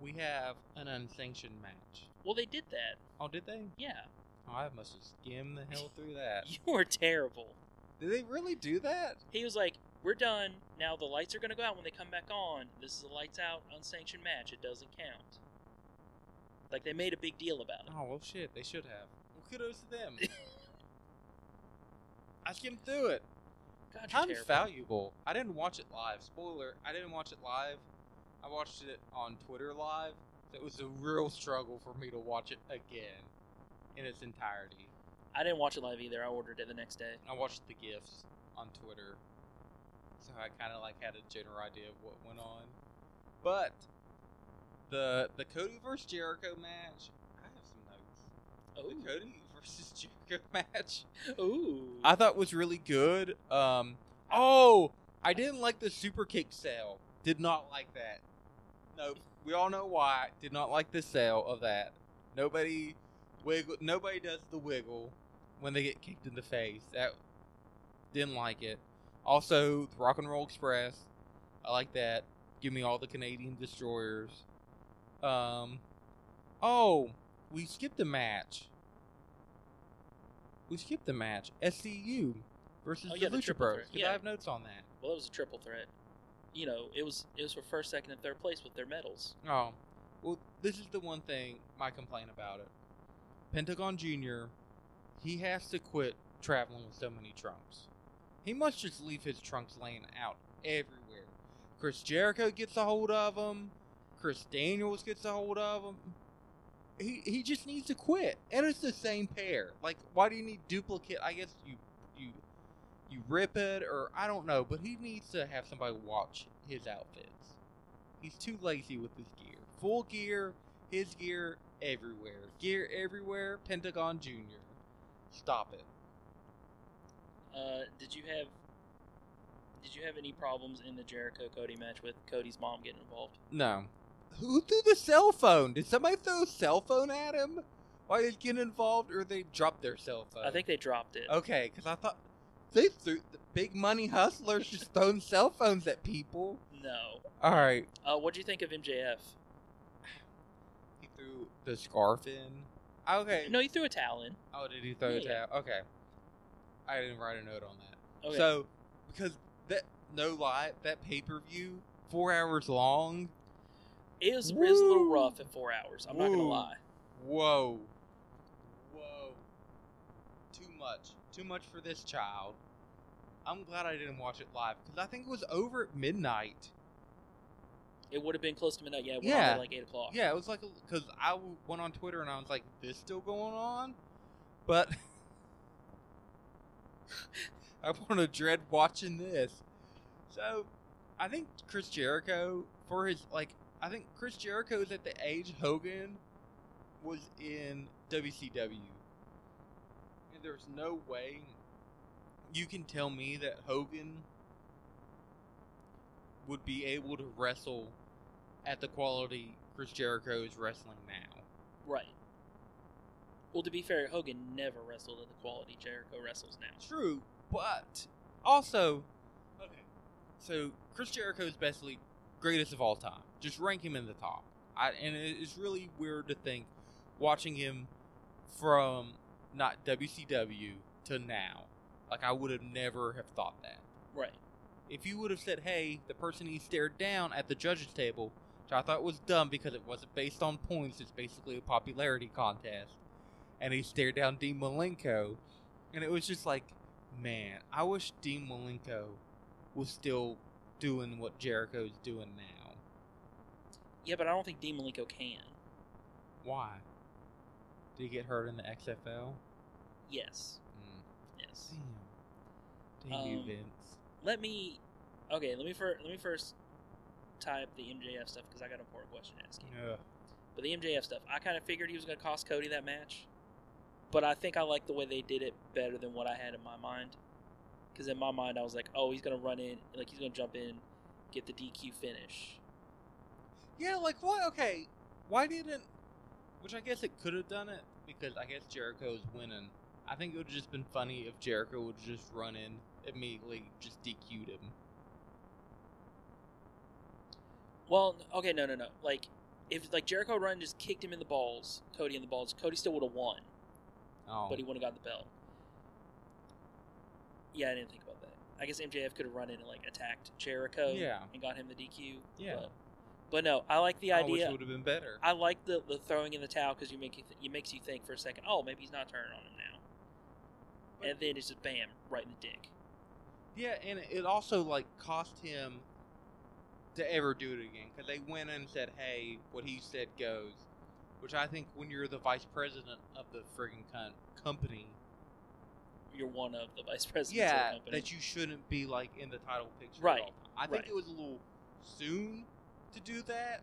[SPEAKER 1] we have an unsanctioned match.
[SPEAKER 2] Well, they did that.
[SPEAKER 1] Oh, did they?
[SPEAKER 2] Yeah.
[SPEAKER 1] Oh, I must have skimmed the hell through that.
[SPEAKER 2] You were terrible.
[SPEAKER 1] Did they really do that?
[SPEAKER 2] He was like, "We're done. Now the lights are going to go out when they come back on. This is a lights out unsanctioned match. It doesn't count." Like they made a big deal about it.
[SPEAKER 1] Oh well, shit. They should have. Well, kudos to them. I skimmed through it.
[SPEAKER 2] God, you're
[SPEAKER 1] Time's
[SPEAKER 2] terrible.
[SPEAKER 1] valuable. I didn't watch it live. Spoiler: I didn't watch it live. I watched it on Twitter live. It was a real struggle for me to watch it again in its entirety.
[SPEAKER 2] I didn't watch it live either. I ordered it the next day.
[SPEAKER 1] I watched the gifs on Twitter, so I kind of like had a general idea of what went on. But the the Cody versus Jericho match, I have some notes. The
[SPEAKER 2] Oh,
[SPEAKER 1] Cody versus Jericho match,
[SPEAKER 2] ooh.
[SPEAKER 1] I thought was really good. Um, oh, I didn't like the super kick sale. Did not like that. Nope. We all know why. Did not like the sale of that. Nobody wiggle. Nobody does the wiggle when they get kicked in the face. That didn't like it. Also, the Rock and Roll Express. I like that. Give me all the Canadian destroyers. Um. Oh, we skipped a match. We skipped a match. SCU versus
[SPEAKER 2] Oh,
[SPEAKER 1] the
[SPEAKER 2] yeah, the
[SPEAKER 1] Lucha
[SPEAKER 2] triple
[SPEAKER 1] Bros.
[SPEAKER 2] threat.
[SPEAKER 1] 'cause
[SPEAKER 2] Yeah.
[SPEAKER 1] I have notes on that.
[SPEAKER 2] well, it was a triple threat. You know, it was it was for first, second, and third place with their medals.
[SPEAKER 1] Oh, well, this is the one thing my complaint about it. Pentagon Jr., he has to quit traveling with so many trunks. He must just leave his trunks laying out everywhere. Chris Jericho gets a hold of him. Chris Daniels gets a hold of him. He, he just needs to quit, and it's the same pair. Like, why do you need duplicate? I guess you you you rip it, or I don't know. But he needs to have somebody watch his outfits. He's too lazy with his gear. Full gear, his gear everywhere. Gear everywhere, Pentagon Jr. Stop it.
[SPEAKER 2] Uh, did you have did you have any problems in the Jericho Cody match with Cody's mom getting involved?
[SPEAKER 1] No. Who threw the cell phone? Did somebody throw a cell phone at him while he's getting involved, or they dropped their cell phone?
[SPEAKER 2] I think they dropped it.
[SPEAKER 1] Okay, because I thought they threw the big money hustlers just throwing cell phones at people.
[SPEAKER 2] No.
[SPEAKER 1] All right.
[SPEAKER 2] Uh, what do you think of MJF?
[SPEAKER 1] He threw the scarf in. Okay.
[SPEAKER 2] No, he threw a towel in.
[SPEAKER 1] Oh, did he throw it
[SPEAKER 2] Yeah.
[SPEAKER 1] out? Okay. I didn't write a note on that.
[SPEAKER 2] Okay.
[SPEAKER 1] So, because that no lie, that pay per view four hours long.
[SPEAKER 2] it, was, it was a little
[SPEAKER 1] Woo.
[SPEAKER 2] rough at four hours. I'm not gonna
[SPEAKER 1] Woo.
[SPEAKER 2] lie.
[SPEAKER 1] Whoa, whoa, too much, too much for this child. I'm glad I didn't watch it live because I think it was over at midnight.
[SPEAKER 2] It would have been close to midnight. Yeah, we're
[SPEAKER 1] Yeah.
[SPEAKER 2] on at like eight o'clock.
[SPEAKER 1] Yeah, it was like because I w- went on Twitter and I was like, "This still going on," but I want to dread watching this. So, I think Chris Jericho for his like, I think Chris Jericho is at the age Hogan was in WCW, and there's no way you can tell me that Hogan would be able to wrestle at the quality Chris Jericho is wrestling now.
[SPEAKER 2] Right. Well, to be fair, Hogan never wrestled at the quality Jericho wrestles now.
[SPEAKER 1] True, but also, okay. So Chris Jericho is basically greatest of all time. Just rank him in the top. I, and it- it's really weird to think watching him from not WCW to now. Like I would have never have thought that.
[SPEAKER 2] Right.
[SPEAKER 1] If you would have said, "Hey, the person he stared down at the judges' table," which I thought was dumb because it wasn't based on points; it's basically a popularity contest, and he stared down Dean Malenko, and it was just like, man, I wish Dean Malenko was still doing what Jericho's doing now.
[SPEAKER 2] Yeah, but I don't think Dean Malenko can.
[SPEAKER 1] Why? Did he get hurt in the XFL?
[SPEAKER 2] Yes.
[SPEAKER 1] Mm.
[SPEAKER 2] Yes.
[SPEAKER 1] Damn. Damn you,
[SPEAKER 2] Um,
[SPEAKER 1] Vince.
[SPEAKER 2] Let me. Okay. Let me first. Let me first tie up the MJF stuff because I got an important question to ask you.
[SPEAKER 1] Ugh.
[SPEAKER 2] But the MJF stuff, I kind of figured he was going to cost Cody that match. But I think I like the way they did it better than what I had in my mind. Because in my mind, I was like, oh, he's going to run in, like he's going to jump in, get the DQ finish.
[SPEAKER 1] Yeah, like what? Okay, why didn't? Which I guess it could have done it because I guess Jericho is winning. I think it would have just been funny if Jericho would just run in immediately, just DQ'd him.
[SPEAKER 2] Well, okay, no, no, no. Like, if like Jericho Run just kicked him in the balls, Cody in the balls, Cody still would have won,
[SPEAKER 1] Oh,
[SPEAKER 2] but he wouldn't have got the belt. Yeah, I didn't think about that. I guess MJF could have run in and like attacked Jericho,
[SPEAKER 1] Yeah.
[SPEAKER 2] and got him the DQ.
[SPEAKER 1] Yeah.
[SPEAKER 2] but, but no, I like the
[SPEAKER 1] oh,
[SPEAKER 2] idea.
[SPEAKER 1] which would have been better.
[SPEAKER 2] I like the, the throwing in the towel because you make you th- it makes you think for a second. Oh, maybe he's not turning on him now,
[SPEAKER 1] But-
[SPEAKER 2] and then it's just bam, right in the dick.
[SPEAKER 1] yeah, and it also like cost him to ever do it again because they went in and said, "Hey, what he said goes," which I think when you're the vice president of the friggin' con- company,
[SPEAKER 2] You're one of the vice presidents.
[SPEAKER 1] yeah,
[SPEAKER 2] of the company.
[SPEAKER 1] that you shouldn't be like in the title picture. at
[SPEAKER 2] Right,
[SPEAKER 1] all. I
[SPEAKER 2] right.
[SPEAKER 1] think it was a little soon to do that.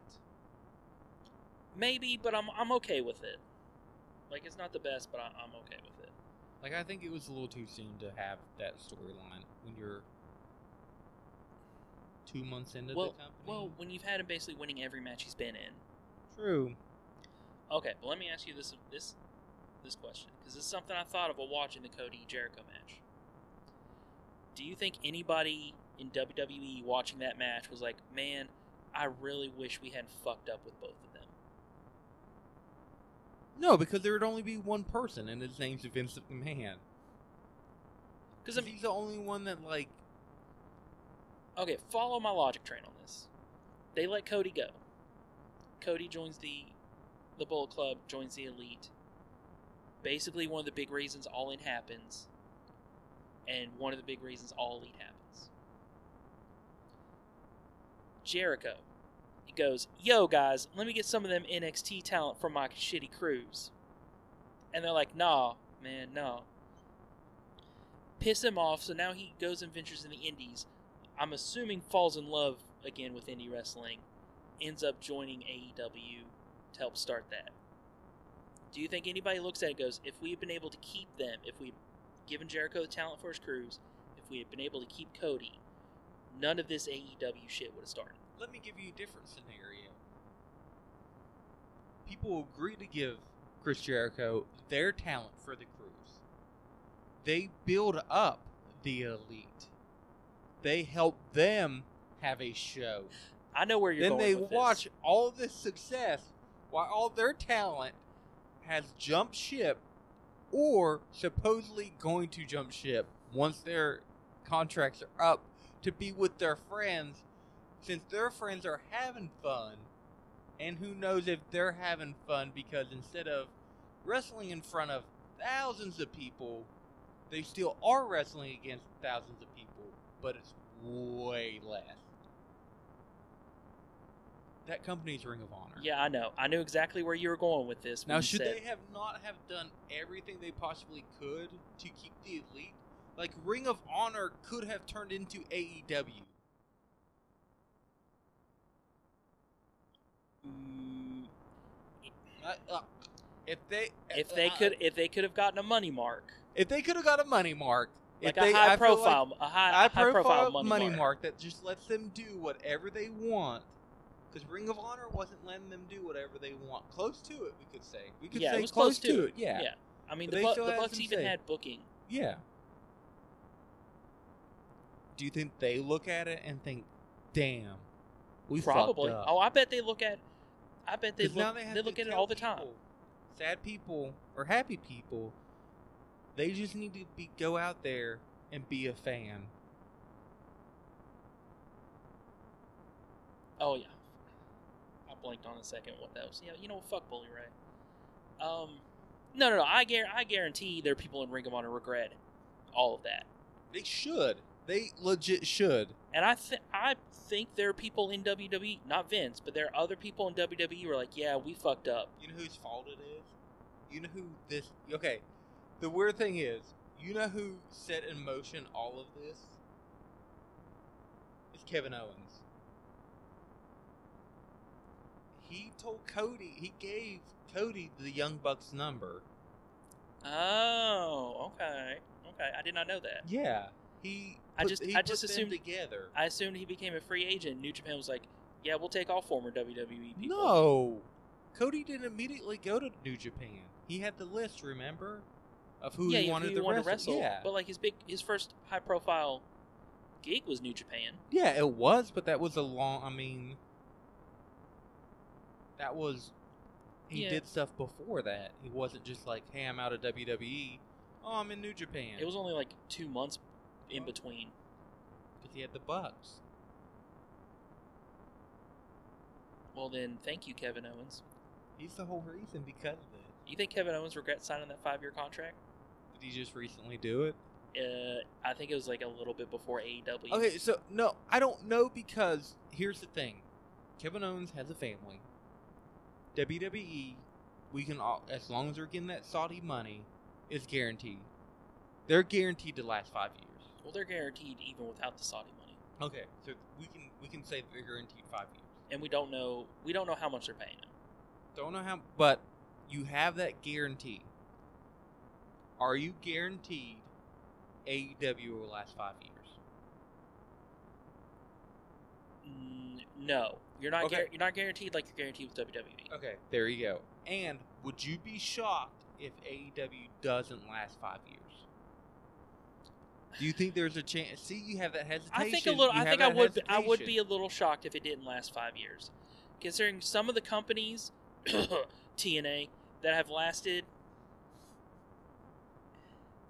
[SPEAKER 2] Maybe, but I'm I'm okay with it. Like it's not the best, but I, I'm okay with it.
[SPEAKER 1] Like I think it was a little too soon to have that storyline when you're two months into
[SPEAKER 2] well,
[SPEAKER 1] the company.
[SPEAKER 2] well, when you've had him basically winning every match he's been in.
[SPEAKER 1] true.
[SPEAKER 2] Okay, well, let me ask you this this this question because this is something I thought of while watching the Cody Jericho match. Do you think anybody in WWE watching that match was like, "Man, I really wish we hadn't fucked up with both of them"?
[SPEAKER 1] No, because there would only be one person, and his name's Vince McMahon.
[SPEAKER 2] Because I mean,
[SPEAKER 1] he's the only one that like.
[SPEAKER 2] okay, follow my logic train on this. They let Cody go. Cody joins the the Bullet Club, joins the Elite. Basically, one of the big reasons All In happens, and one of the big reasons All Elite happens. Jericho, he goes, "Yo guys, let me get some of them NXT talent from my shitty crews," and they're like, "Nah, man, nah." Piss him off, so now he goes and ventures in the Indies. I'm assuming falls in love again with indie wrestling, ends up joining AEW to help start that. Do you think anybody looks at it and goes, if we had been able to keep them, if we had given Jericho the talent for his cruise, if we had been able to keep Cody, none of this AEW shit would have started.
[SPEAKER 1] Let me give you a different scenario. People agree to give Chris Jericho their talent for the cruise. They build up the elite. They help them have a show.
[SPEAKER 2] I know where you're
[SPEAKER 1] then
[SPEAKER 2] going
[SPEAKER 1] they
[SPEAKER 2] with this.
[SPEAKER 1] watch all this success while all their talent has jumped ship or supposedly going to jump ship once their contracts are up to be with their friends since their friends are having fun and who knows if they're having fun because instead of wrestling in front of thousands of people they still are wrestling against thousands of people but it's way less that company's Ring of Honor.
[SPEAKER 2] Yeah, I know. I knew exactly where you were going with this. when
[SPEAKER 1] Now,
[SPEAKER 2] you
[SPEAKER 1] should
[SPEAKER 2] said-
[SPEAKER 1] they have not have done everything they possibly could to keep the elite? Like Ring of Honor could have turned into E AEW.
[SPEAKER 2] Mm,
[SPEAKER 1] Uh, uh, if they,
[SPEAKER 2] if they
[SPEAKER 1] uh,
[SPEAKER 2] could, if they could have gotten a money mark,
[SPEAKER 1] if they could have got a money mark,
[SPEAKER 2] like
[SPEAKER 1] if they,
[SPEAKER 2] a high
[SPEAKER 1] I feel like
[SPEAKER 2] profile, a high,
[SPEAKER 1] high
[SPEAKER 2] high
[SPEAKER 1] profile
[SPEAKER 2] money, mark.
[SPEAKER 1] that just lets them do whatever they want. Because Ring of Honor wasn't letting them do whatever they want. Close to it, we could say. We could
[SPEAKER 2] Yeah, it
[SPEAKER 1] say
[SPEAKER 2] was
[SPEAKER 1] close,
[SPEAKER 2] close
[SPEAKER 1] to
[SPEAKER 2] to
[SPEAKER 1] it. Yeah.
[SPEAKER 2] Yeah. I mean,
[SPEAKER 1] But
[SPEAKER 2] the,
[SPEAKER 1] they
[SPEAKER 2] Bu-
[SPEAKER 1] still
[SPEAKER 2] the
[SPEAKER 1] had
[SPEAKER 2] Bucks
[SPEAKER 1] some
[SPEAKER 2] even
[SPEAKER 1] say.
[SPEAKER 2] had booking.
[SPEAKER 1] Yeah. Do you think they look at it and think, "Damn, we
[SPEAKER 2] probably.
[SPEAKER 1] Fucked up.
[SPEAKER 2] Oh, I bet they look at. I bet they
[SPEAKER 1] 'Cause now
[SPEAKER 2] look. They,
[SPEAKER 1] have to
[SPEAKER 2] look at it
[SPEAKER 1] tell
[SPEAKER 2] all the time.
[SPEAKER 1] people, Sad people or happy people, they just need to be go out there and be a fan.
[SPEAKER 2] Oh yeah. I blanked on a second what that was. Yeah, you know what? Fuck Bully Ray. Um, no, no, no. I guar- I guarantee there are people in Ring of Honor regret all of that,
[SPEAKER 1] They should. They legit should.
[SPEAKER 2] and I th- I think there are people in WWE, not Vince, but there are other people in WWE who are like, yeah, we fucked up.
[SPEAKER 1] You know whose fault it is? You know who this. Okay. The weird thing is, you know who set in motion all of this? It's Kevin Owens. He told Cody, he gave Cody the Young Bucks number.
[SPEAKER 2] Oh, okay, okay. I did not know that.
[SPEAKER 1] Yeah. He.
[SPEAKER 2] I
[SPEAKER 1] put-
[SPEAKER 2] just-
[SPEAKER 1] he
[SPEAKER 2] I
[SPEAKER 1] put
[SPEAKER 2] just
[SPEAKER 1] them
[SPEAKER 2] assumed-
[SPEAKER 1] together.
[SPEAKER 2] I assumed he became a free agent. New Japan was like, yeah, we'll take all former WWE people.
[SPEAKER 1] No. Cody didn't immediately go to New Japan. He had the list, remember? Of who
[SPEAKER 2] yeah,
[SPEAKER 1] he
[SPEAKER 2] yeah,
[SPEAKER 1] wanted,
[SPEAKER 2] who
[SPEAKER 1] to,
[SPEAKER 2] you wanted
[SPEAKER 1] wrestle. Yeah.
[SPEAKER 2] But like his big, his first high profile gig was New Japan.
[SPEAKER 1] Yeah, it was, but that was a long. I mean, that was he
[SPEAKER 2] Yeah.
[SPEAKER 1] did stuff before that. He wasn't just like, "Hey, I'm out of WWE. Oh, I'm in New Japan."
[SPEAKER 2] It was only like two months in between.
[SPEAKER 1] because he had the Bucks.
[SPEAKER 2] Well, then, thank you, Kevin Owens.
[SPEAKER 1] He's the whole reason because of it.
[SPEAKER 2] You think Kevin Owens regrets signing that five year contract?
[SPEAKER 1] Did he just recently do it?
[SPEAKER 2] Uh, I think it was like a E little bit before AEW.
[SPEAKER 1] Okay, so no, I don't know because here's the thing: Kevin Owens has a family. WWE, we can all, as long as they're getting that Saudi money, is guaranteed. They're guaranteed to last five years.
[SPEAKER 2] Well, they're guaranteed even without the Saudi money,
[SPEAKER 1] Okay, so we can we can say that they're guaranteed five years.
[SPEAKER 2] and we don't know we don't know how much they're paying him.
[SPEAKER 1] Don't know how, but you have that guarantee. Are you guaranteed AEW will last five years?
[SPEAKER 2] Mm, no, you're not.
[SPEAKER 1] Okay.
[SPEAKER 2] guar- you're not guaranteed like you're guaranteed with E. WWE.
[SPEAKER 1] Okay, there you go. And would you be shocked if AEW doesn't last five years? Do you think there's a chance? See, you have that hesitation.
[SPEAKER 2] I think a little.
[SPEAKER 1] You
[SPEAKER 2] I
[SPEAKER 1] have
[SPEAKER 2] think I
[SPEAKER 1] that
[SPEAKER 2] would. be- I would be
[SPEAKER 1] hesitation.
[SPEAKER 2] a little shocked if it didn't last five years, considering some of the companies, TNA, that have lasted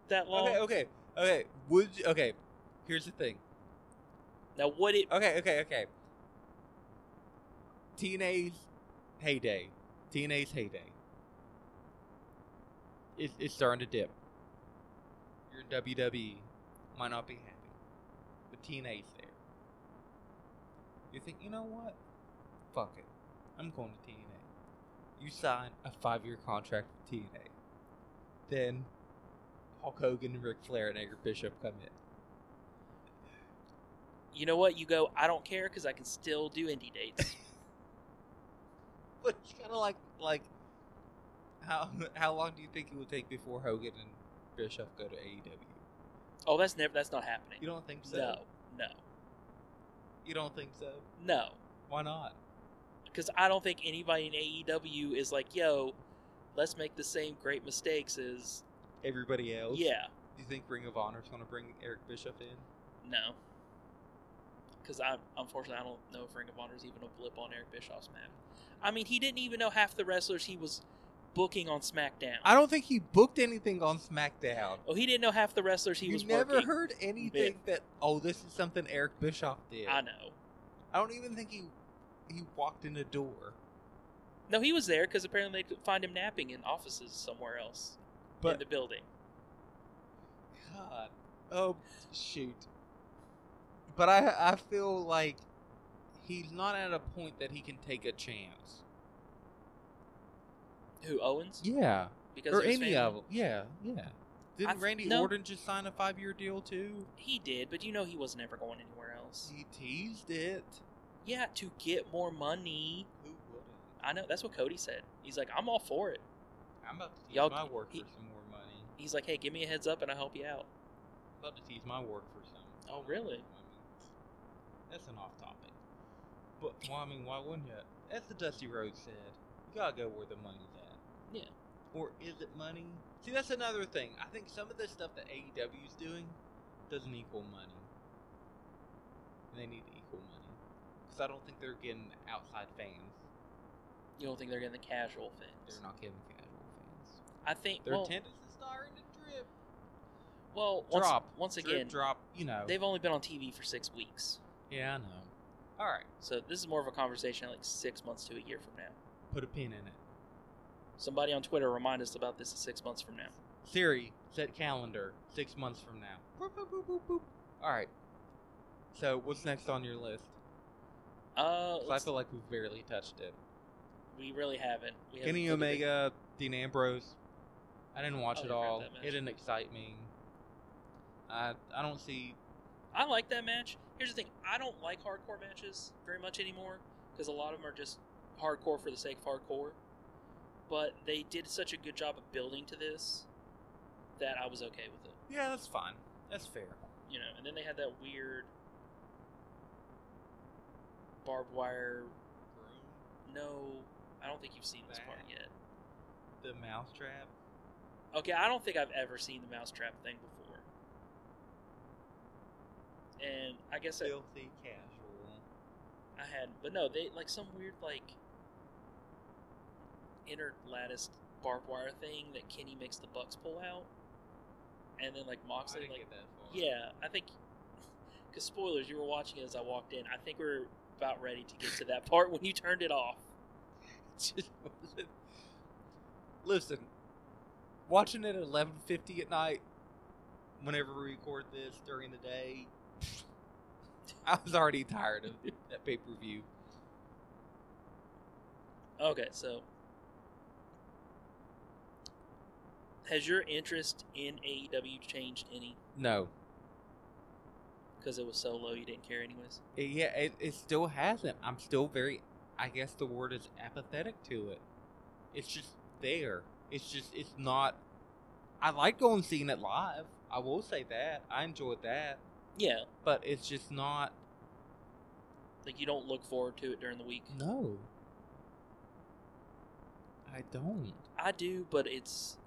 [SPEAKER 2] that long.
[SPEAKER 1] Okay, okay, okay. Would you- okay? Here's the thing.
[SPEAKER 2] Now, would it?
[SPEAKER 1] Okay, okay, okay. TNA's heyday. TNA's heyday. It's, it's starting to dip. Your WWE E. might not be happy, but TNA's there. You think, you know what? Fuck it. I'm going to TNA. You sign a five year contract with TNA. Then Hulk Hogan, Ric Flair, and Edgar Bishop come in.
[SPEAKER 2] You know what? You go. I don't care because I can still do indie dates.
[SPEAKER 1] But it's kind of like like how how long do you think it would take before Hogan and Bischoff go to AEW?
[SPEAKER 2] oh, that's never. That's not happening.
[SPEAKER 1] You don't think so?
[SPEAKER 2] No, no,
[SPEAKER 1] You don't think so?
[SPEAKER 2] no.
[SPEAKER 1] Why not?
[SPEAKER 2] Because I don't think anybody in AEW is like, yo, let's make the same great mistakes as.
[SPEAKER 1] Everybody else.
[SPEAKER 2] Yeah.
[SPEAKER 1] Do you think Ring of Honor's going to bring Eric Bischoff in?
[SPEAKER 2] No. Because I unfortunately I don't know if Ring of Honor is even a blip on Eric Bischoff's map. I mean, he didn't even know half the wrestlers he was booking on SmackDown.
[SPEAKER 1] I don't think he booked anything on SmackDown.
[SPEAKER 2] oh, he didn't know half the wrestlers he
[SPEAKER 1] you
[SPEAKER 2] was
[SPEAKER 1] never
[SPEAKER 2] working.
[SPEAKER 1] heard anything that oh this is something Eric Bischoff did.
[SPEAKER 2] I know.
[SPEAKER 1] I don't even think he he walked in a door.
[SPEAKER 2] No, he was there because apparently they could find him napping in offices somewhere else in
[SPEAKER 1] But-
[SPEAKER 2] the building.
[SPEAKER 1] God. Oh shoot. But I I feel like he's not at a point that he can take a chance.
[SPEAKER 2] Who Owens?
[SPEAKER 1] Yeah.
[SPEAKER 2] Because
[SPEAKER 1] or
[SPEAKER 2] his
[SPEAKER 1] any
[SPEAKER 2] family?
[SPEAKER 1] of them. Yeah, yeah. Didn't
[SPEAKER 2] th-
[SPEAKER 1] Randy
[SPEAKER 2] no.
[SPEAKER 1] Orton just sign a five year deal too?
[SPEAKER 2] He did, but you know he was never going anywhere else.
[SPEAKER 1] He teased it.
[SPEAKER 2] Yeah, to get more money.
[SPEAKER 1] Who wouldn't?
[SPEAKER 2] I know that's what Cody said. He's like, I'm all for it.
[SPEAKER 1] I'm about to tease
[SPEAKER 2] Y'all-
[SPEAKER 1] my work
[SPEAKER 2] he-
[SPEAKER 1] for some more money.
[SPEAKER 2] He's like, hey, give me a heads up and I'll help you out.
[SPEAKER 1] I'm about to tease my work for some.
[SPEAKER 2] Oh, really?
[SPEAKER 1] I mean, that's an off topic. But well, I mean, why wouldn't you? As the Dusty Road said, you gotta go where the money's at.
[SPEAKER 2] Yeah.
[SPEAKER 1] Or is it money? See, that's another thing. I think some of the stuff that AEW is doing doesn't equal money. They need to equal money because I don't think they're getting outside fans.
[SPEAKER 2] You don't think they're getting the casual things?
[SPEAKER 1] They're not getting casual fans.
[SPEAKER 2] I think.
[SPEAKER 1] Their
[SPEAKER 2] well,
[SPEAKER 1] attendance is starting to drip.
[SPEAKER 2] well, once,
[SPEAKER 1] Drop.
[SPEAKER 2] once
[SPEAKER 1] Drip,
[SPEAKER 2] again,
[SPEAKER 1] drop. You know.
[SPEAKER 2] they've only been on TV for six weeks,
[SPEAKER 1] Yeah, I know. All right,
[SPEAKER 2] so this is more of a conversation like six months to a year from now.
[SPEAKER 1] put a pin in it.
[SPEAKER 2] Somebody on Twitter remind us about this six months from now.
[SPEAKER 1] Siri, set calendar six months from now. Boop, boop, boop, boop, boop. All right. So, what's next on your list?
[SPEAKER 2] Uh,
[SPEAKER 1] 'Cause
[SPEAKER 2] let's-
[SPEAKER 1] I feel like we've barely touched it.
[SPEAKER 2] we really haven't. We haven't
[SPEAKER 1] Kenny
[SPEAKER 2] put the big-
[SPEAKER 1] Omega, Dean Ambrose. I didn't watch
[SPEAKER 2] Oh,
[SPEAKER 1] it
[SPEAKER 2] yeah, I forgot
[SPEAKER 1] all.
[SPEAKER 2] that match.
[SPEAKER 1] It didn't excite me. I I don't see.
[SPEAKER 2] I like that match. Here's the thing: I don't like hardcore matches very much anymore because a lot of them are just hardcore for the sake of hardcore. But they did such a good job of building to this that I was okay with it.
[SPEAKER 1] Yeah, that's fine. That's fair.
[SPEAKER 2] you know, and then they had that weird barbed wire. No, I don't think you've seen this part yet.
[SPEAKER 1] The mousetrap.
[SPEAKER 2] Okay, I don't think I've ever seen the mousetrap thing before. And I guess I,
[SPEAKER 1] Filthy casual.
[SPEAKER 2] I had, but no, they like some weird like inner lattice barbed wire thing that Kenny makes the Bucks pull out, and then like Moxley like yeah, I think because spoilers, you were watching it as I walked in. I think we are about ready to get to that part when you turned it off.
[SPEAKER 1] Yeah. Listen, watching it at eleven fifty at night, whenever we record this during the day, I was already tired of that pay per view.
[SPEAKER 2] Okay, so has your interest in AEW changed any?
[SPEAKER 1] No,
[SPEAKER 2] Because it was so low, you didn't care anyways.
[SPEAKER 1] It- yeah, it, it still hasn't. I'm still very, I guess the word is apathetic to it. It's just there. It's just, it's not. I like going and seeing it live. I will say that. I enjoyed that.
[SPEAKER 2] Yeah,
[SPEAKER 1] But it's just not.
[SPEAKER 2] like you don't look forward to it during the week.
[SPEAKER 1] No. I don't.
[SPEAKER 2] I do, but it's.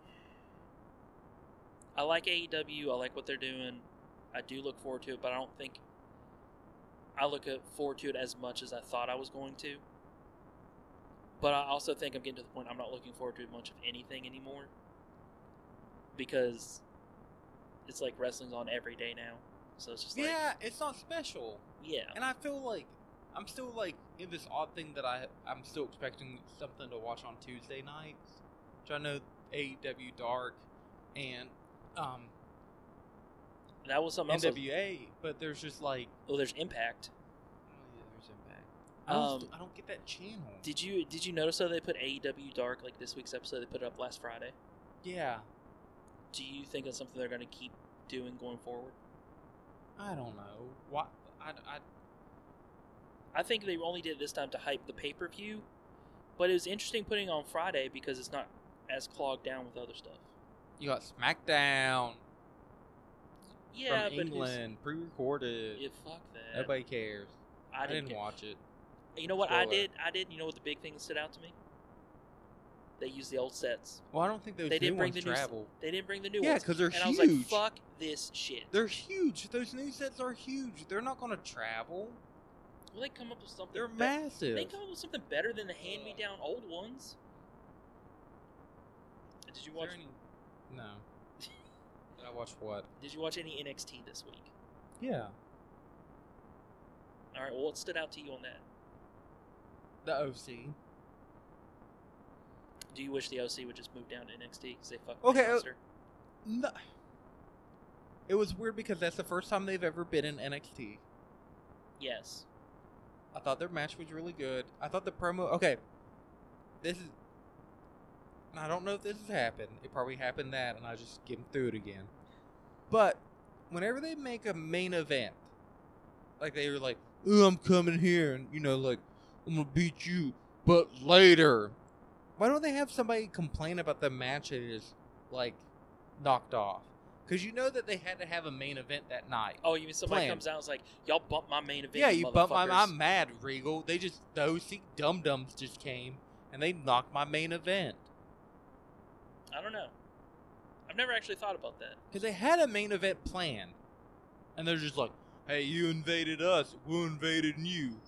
[SPEAKER 2] I like AEW. I like what they're doing. I do look forward to it, but I don't think I look at- forward to it as much as I thought I was going to. But I also think I'm getting to the point I'm not looking forward to much of anything anymore because it's like wrestling's on every day now. So it's just like,
[SPEAKER 1] Yeah, it's not special.
[SPEAKER 2] yeah,
[SPEAKER 1] And I feel like I'm still like in this odd thing that I I'm still expecting something to watch on Tuesday nights, which I know AEW Dark and um
[SPEAKER 2] that was something else. I was-
[SPEAKER 1] NWA, but there's just like
[SPEAKER 2] Oh, there's Impact.
[SPEAKER 1] oh yeah, there's Impact. I don't,
[SPEAKER 2] Um,
[SPEAKER 1] I don't get that channel.
[SPEAKER 2] Did you did you notice how they put AEW Dark like this week's episode? They put it up last Friday.
[SPEAKER 1] yeah,
[SPEAKER 2] Do you think that's something they're going to keep doing going forward?
[SPEAKER 1] I don't know. What I, I
[SPEAKER 2] I think they only did it this time to hype the pay per view, but it was interesting putting it on Friday because it's not as clogged down with other stuff.
[SPEAKER 1] you got SmackDown
[SPEAKER 2] Yeah,
[SPEAKER 1] from
[SPEAKER 2] but it's-
[SPEAKER 1] England pre-recorded.
[SPEAKER 2] yeah, fuck that.
[SPEAKER 1] Nobody cares.
[SPEAKER 2] I didn't.
[SPEAKER 1] didn't watch it.
[SPEAKER 2] you know what I
[SPEAKER 1] Spoiler.
[SPEAKER 2] did? I did. You know what the big thing that stood out to me? They used the old sets.
[SPEAKER 1] Well, I don't think those
[SPEAKER 2] They
[SPEAKER 1] new
[SPEAKER 2] didn't bring
[SPEAKER 1] ones
[SPEAKER 2] the new s-
[SPEAKER 1] travel.
[SPEAKER 2] They didn't bring the new
[SPEAKER 1] Yeah,
[SPEAKER 2] ones,
[SPEAKER 1] because they're
[SPEAKER 2] and
[SPEAKER 1] huge.
[SPEAKER 2] I was like, "Fuck this shit."
[SPEAKER 1] They're huge. Those new sets are huge. They're not going to travel.
[SPEAKER 2] Will they come up with something?
[SPEAKER 1] They're
[SPEAKER 2] be-
[SPEAKER 1] massive.
[SPEAKER 2] They come up with something better than the hand-me-down old ones. Did you
[SPEAKER 1] Is there
[SPEAKER 2] watch?
[SPEAKER 1] any- No. Did I watch what?
[SPEAKER 2] Did you watch any NXT this week?
[SPEAKER 1] Yeah.
[SPEAKER 2] All right. Well, what stood out to you on that?
[SPEAKER 1] The OC.
[SPEAKER 2] Do you wish the OC would just move down to NXT? Because they fucking
[SPEAKER 1] Okay,
[SPEAKER 2] okay,
[SPEAKER 1] uh, No. It was weird because that's the first time they've ever been in NXT.
[SPEAKER 2] Yes.
[SPEAKER 1] I thought their match was really good. I thought the promo. Okay. This is. and I don't know if this has happened. It probably happened that, and I just skimmed through it again. But whenever they make a main event, like they were like, "Ooh, I'm coming here," and you know, like, "I'm gonna beat you," but later. Why don't they have somebody complain about the match that is like knocked off? Because you know that they had to have a main event that night.
[SPEAKER 2] Oh, you mean somebody
[SPEAKER 1] Plan.
[SPEAKER 2] comes out and is like, y'all bump my main event?
[SPEAKER 1] Yeah, you bumped my.
[SPEAKER 2] motherfuckers."
[SPEAKER 1] I'm mad, Regal. They just the OC dum dums just came and they knocked my main event
[SPEAKER 2] I don't know. I've never actually thought about that.
[SPEAKER 1] because they had a main event planned, and they're just like, "Hey, you invaded us. We invaded you.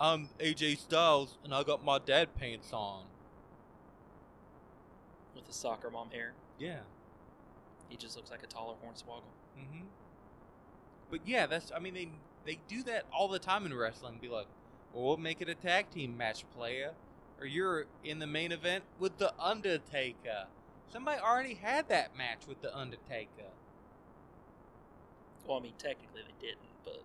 [SPEAKER 1] I'm AJ Styles, and I got my dad pants on."
[SPEAKER 2] With the soccer mom hair,
[SPEAKER 1] Yeah.
[SPEAKER 2] he just looks like a taller hornswoggle.
[SPEAKER 1] Mm-hmm. But yeah, that's. I mean, they they do that all the time in wrestling. Be like, well, we'll make it a tag team match, playa, or you're in the main event with the Undertaker. Somebody already had that match with the Undertaker,
[SPEAKER 2] Well, I mean, technically they didn't, but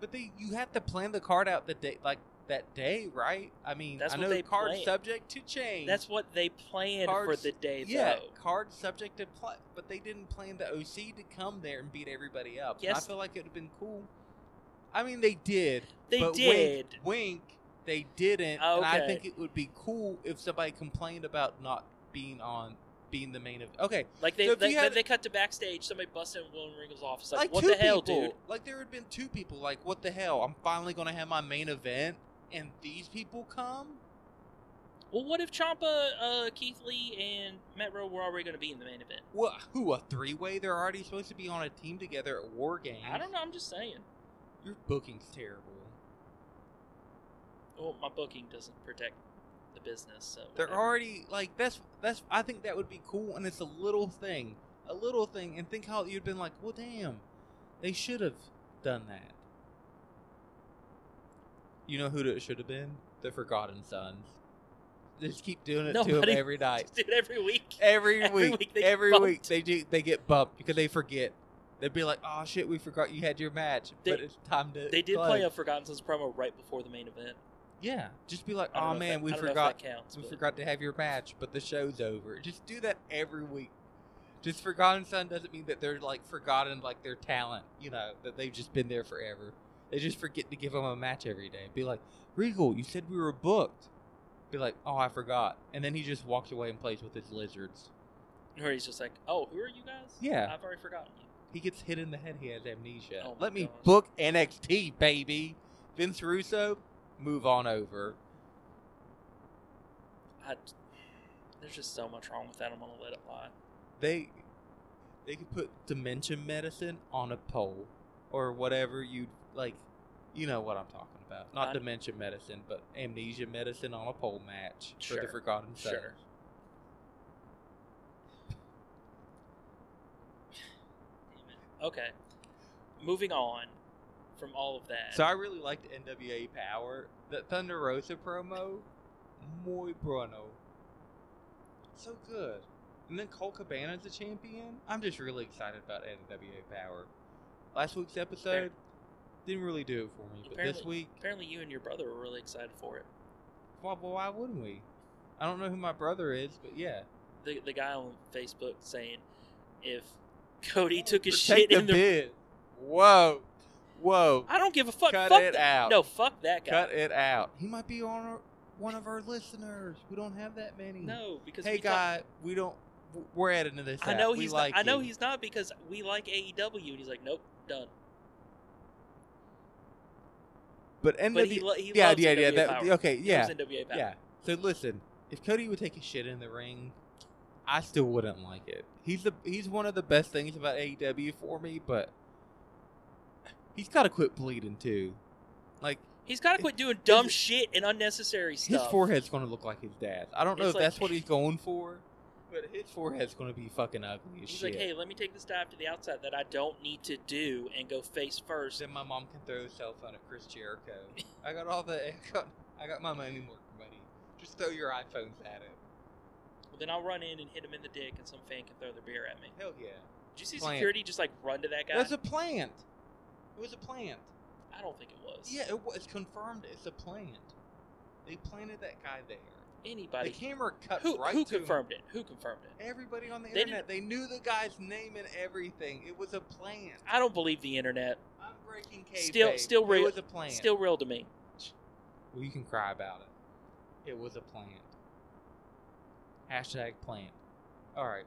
[SPEAKER 1] but they you have to plan the card out the day like that day, right? I mean,
[SPEAKER 2] That's
[SPEAKER 1] I
[SPEAKER 2] what
[SPEAKER 1] know
[SPEAKER 2] they
[SPEAKER 1] card
[SPEAKER 2] plan-
[SPEAKER 1] subject to change.
[SPEAKER 2] that's what they planned for
[SPEAKER 1] Cards-
[SPEAKER 2] the day,
[SPEAKER 1] yeah,
[SPEAKER 2] though.
[SPEAKER 1] card subject to play, but they didn't plan the OC to come there and beat everybody up. And
[SPEAKER 2] Yes.
[SPEAKER 1] I feel like it would have been cool. I mean, they did.
[SPEAKER 2] They
[SPEAKER 1] but
[SPEAKER 2] did. Oh,
[SPEAKER 1] Wink, wink, they didn't. And
[SPEAKER 2] Okay.
[SPEAKER 1] I think it would be cool if somebody complained about not being on, being the main event. Okay,
[SPEAKER 2] Like they,
[SPEAKER 1] So if
[SPEAKER 2] they,
[SPEAKER 1] you
[SPEAKER 2] they,
[SPEAKER 1] had-
[SPEAKER 2] they cut to backstage. Somebody busted in William Regal's office. Like,
[SPEAKER 1] like,
[SPEAKER 2] what
[SPEAKER 1] two
[SPEAKER 2] the hell,
[SPEAKER 1] people.
[SPEAKER 2] dude?
[SPEAKER 1] Like there had been two people. Like what the hell? I'm finally gonna have my main event, and these people come.
[SPEAKER 2] Well, what if Champa, uh, Keith Lee, and Matt Rowe were already going to be in the main event?
[SPEAKER 1] What? Who? A three way? They're already supposed to be on a team together at War Games.
[SPEAKER 2] I don't know. I'm just saying.
[SPEAKER 1] Your booking's terrible.
[SPEAKER 2] Well, my booking doesn't protect the business. So
[SPEAKER 1] They're
[SPEAKER 2] whatever.
[SPEAKER 1] already like that's that's I think that would be cool and it's a little thing. A little thing and think how you'd been like, Well damn, they should have done that. You know who it should have been? The Forgotten Sons. Just keep doing it to
[SPEAKER 2] Nobody-
[SPEAKER 1] them every night.
[SPEAKER 2] Just do it every week.
[SPEAKER 1] Every,
[SPEAKER 2] Every
[SPEAKER 1] week,
[SPEAKER 2] week they get
[SPEAKER 1] every
[SPEAKER 2] bumped.
[SPEAKER 1] week they do they get bumped because they forget. They'd be like, "Oh shit, we forgot you had your match,
[SPEAKER 2] They-
[SPEAKER 1] but it's time to."
[SPEAKER 2] They did play a Forgotten Sons promo right before the main event.
[SPEAKER 1] yeah, just be like,
[SPEAKER 2] I don't
[SPEAKER 1] "Oh
[SPEAKER 2] know if
[SPEAKER 1] man,
[SPEAKER 2] that-
[SPEAKER 1] we
[SPEAKER 2] I don't know if
[SPEAKER 1] forgot,
[SPEAKER 2] that counts,
[SPEAKER 1] we
[SPEAKER 2] but-
[SPEAKER 1] forgot to have your match, but the show's over." Just do that every week. Just Forgotten Son doesn't mean that they're like forgotten like their talent, you know, that they've just been there forever. They just forget to give them a match every day. Be like, Regal, you said we were booked. Be like, oh, I forgot, and then he just walks away and plays with his lizards.
[SPEAKER 2] Where he's just like, "Oh, who are you guys?
[SPEAKER 1] Yeah.
[SPEAKER 2] I've already forgotten you."
[SPEAKER 1] He gets hit in the head. He has amnesia.
[SPEAKER 2] Oh my
[SPEAKER 1] Let me
[SPEAKER 2] gosh.
[SPEAKER 1] book NXT, baby. Vince Russo, move on over.
[SPEAKER 2] I, there's just so much wrong with that. I'm gonna let it lie.
[SPEAKER 1] They they could put dementia medicine on a pole or whatever you like. You know what I'm talking about. Not
[SPEAKER 2] I-
[SPEAKER 1] dementia medicine, but amnesia medicine on a pole match for
[SPEAKER 2] Sure.
[SPEAKER 1] the Forgotten Sons.
[SPEAKER 2] Sure. Okay. Moving on from all of that.
[SPEAKER 1] So I really liked NWA Power. That Thunder Rosa promo, muy bueno. So good. And then Cole Cabana's the champion. I'm just really excited about NWA Power. Last week's episode didn't really do it for me, but this
[SPEAKER 2] Apparently-
[SPEAKER 1] week,
[SPEAKER 2] Apparently, you and your brother were really excited for it.
[SPEAKER 1] why, why wouldn't we? I don't know who my brother is, but yeah.
[SPEAKER 2] The the guy on Facebook saying if Cody took his
[SPEAKER 1] Protect
[SPEAKER 2] shit in the,
[SPEAKER 1] bid. Whoa. Whoa.
[SPEAKER 2] I don't give a fuck.
[SPEAKER 1] Cut
[SPEAKER 2] fuck
[SPEAKER 1] it
[SPEAKER 2] that.
[SPEAKER 1] out.
[SPEAKER 2] No, fuck that guy.
[SPEAKER 1] Cut it out. He might be on our, one of our listeners. We don't have that many.
[SPEAKER 2] No, because
[SPEAKER 1] hey
[SPEAKER 2] we talk-
[SPEAKER 1] guy, we don't. w- We're adding to this.
[SPEAKER 2] I
[SPEAKER 1] app.
[SPEAKER 2] know
[SPEAKER 1] We
[SPEAKER 2] he's
[SPEAKER 1] like
[SPEAKER 2] not, I know
[SPEAKER 1] you.
[SPEAKER 2] he's not because we like AEW and he's like nope done.
[SPEAKER 1] But NW,
[SPEAKER 2] But he, lo- he
[SPEAKER 1] yeah,
[SPEAKER 2] loves
[SPEAKER 1] yeah, yeah.
[SPEAKER 2] NWA
[SPEAKER 1] that-
[SPEAKER 2] Power.
[SPEAKER 1] okay,
[SPEAKER 2] He
[SPEAKER 1] yeah,
[SPEAKER 2] loves NWA Power.
[SPEAKER 1] yeah. So listen, if Cody would take his shit in the ring, I still wouldn't like it. He's the he's one of the best things about AEW for me, but he's got to quit bleeding too. Like
[SPEAKER 2] He's got to quit doing dumb
[SPEAKER 1] His-
[SPEAKER 2] shit and unnecessary stuff.
[SPEAKER 1] his forehead's gonna look like his dad's. I don't know
[SPEAKER 2] It's
[SPEAKER 1] if
[SPEAKER 2] like-
[SPEAKER 1] that's what he's going for, but his forehead's gonna be fucking ugly as
[SPEAKER 2] He's
[SPEAKER 1] shit.
[SPEAKER 2] like, hey, let me take this dive to the outside that I don't need to do and go face first.
[SPEAKER 1] Then my mom can throw a cell phone at Chris Jericho. I got all the I got, I got my money work money. Just throw your iPhones at it.
[SPEAKER 2] Well, then I'll run in and hit him in the dick, and some fan can throw their beer at me.
[SPEAKER 1] Hell yeah.
[SPEAKER 2] Did you see
[SPEAKER 1] Plant.
[SPEAKER 2] security just like run to that guy?
[SPEAKER 1] That's a plant. It was a plant.
[SPEAKER 2] I don't think it was.
[SPEAKER 1] Yeah, it was confirmed. It's a plant. They planted that guy there. The
[SPEAKER 2] Anybody?
[SPEAKER 1] camera cut
[SPEAKER 2] Who
[SPEAKER 1] right
[SPEAKER 2] who
[SPEAKER 1] to him.
[SPEAKER 2] confirmed it? Who confirmed it?
[SPEAKER 1] Everybody on the
[SPEAKER 2] They
[SPEAKER 1] internet. They knew the guy's name and everything. It was a plant.
[SPEAKER 2] I don't believe the internet.
[SPEAKER 1] I'm breaking kayfabe.
[SPEAKER 2] Still- still
[SPEAKER 1] It
[SPEAKER 2] real-
[SPEAKER 1] was a plant.
[SPEAKER 2] Still real to me.
[SPEAKER 1] Well, you can cry about it. It was a plant. Hashtag plant. All right.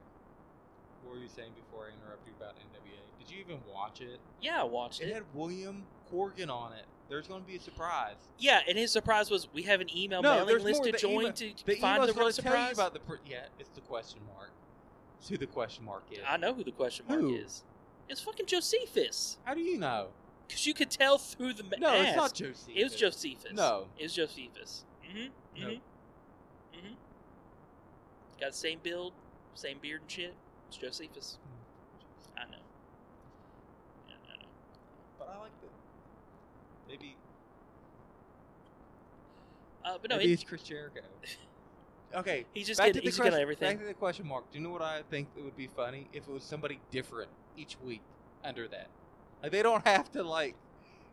[SPEAKER 1] What were you saying before I interrupt you about NWA? Did you even watch it?
[SPEAKER 2] Yeah, I watched
[SPEAKER 1] It
[SPEAKER 2] it.
[SPEAKER 1] had William Corgan on it. There's going to be a surprise.
[SPEAKER 2] Yeah, and his surprise was we have an email
[SPEAKER 1] No,
[SPEAKER 2] mailing
[SPEAKER 1] there's
[SPEAKER 2] list
[SPEAKER 1] more.
[SPEAKER 2] to
[SPEAKER 1] The
[SPEAKER 2] join
[SPEAKER 1] email-
[SPEAKER 2] to
[SPEAKER 1] The email's
[SPEAKER 2] find the real
[SPEAKER 1] going to tell you
[SPEAKER 2] surprise.
[SPEAKER 1] about the. Pr- yeah, it's the question mark. It's who the question mark is.
[SPEAKER 2] I know who the question mark
[SPEAKER 1] Who?
[SPEAKER 2] is. It's fucking Josephus,
[SPEAKER 1] How do you know?
[SPEAKER 2] because you could tell through the ma-
[SPEAKER 1] No,
[SPEAKER 2] mask.
[SPEAKER 1] it's not Josie.
[SPEAKER 2] It was Josephus.
[SPEAKER 1] No.
[SPEAKER 2] It was Josephus. Mm-hmm.
[SPEAKER 1] No.
[SPEAKER 2] Mm-hmm. hmm Got the same build, same beard and shit. It's Josephus. I know. Yeah, I know.
[SPEAKER 1] But I like the. Maybe
[SPEAKER 2] Uh, but no,
[SPEAKER 1] Maybe
[SPEAKER 2] it,
[SPEAKER 1] it's Chris Jericho. okay.
[SPEAKER 2] he's just
[SPEAKER 1] back to
[SPEAKER 2] getting,
[SPEAKER 1] the
[SPEAKER 2] he's
[SPEAKER 1] question,
[SPEAKER 2] getting everything.
[SPEAKER 1] Back to the question mark. Do you know what I think it would be funny if it was somebody different each week under that? Like they don't have to like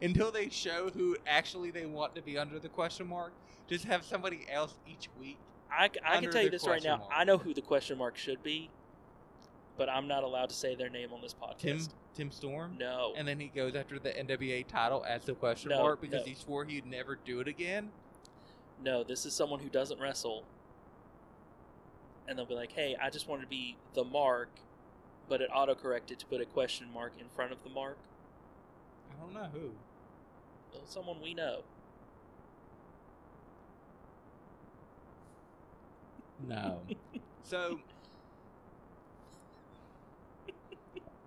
[SPEAKER 1] until they show who actually they want to be under the question mark. Just have somebody else each week.
[SPEAKER 2] I, c- I
[SPEAKER 1] under
[SPEAKER 2] can tell you
[SPEAKER 1] the
[SPEAKER 2] this right
[SPEAKER 1] question
[SPEAKER 2] now.
[SPEAKER 1] mark.
[SPEAKER 2] I know who the question mark should be, but I'm not allowed to say their name on this podcast.
[SPEAKER 1] Tim Tim Storm.
[SPEAKER 2] No.
[SPEAKER 1] And then he goes after the NWA title as the question
[SPEAKER 2] No,
[SPEAKER 1] mark because
[SPEAKER 2] no.
[SPEAKER 1] he swore he'd never do it again.
[SPEAKER 2] no, this is someone who doesn't wrestle. And they'll be like, hey, I just wanted to be the mark, but it auto corrected to put a question mark in front of the mark.
[SPEAKER 1] I don't know who.
[SPEAKER 2] Well, someone we know.
[SPEAKER 1] No. so,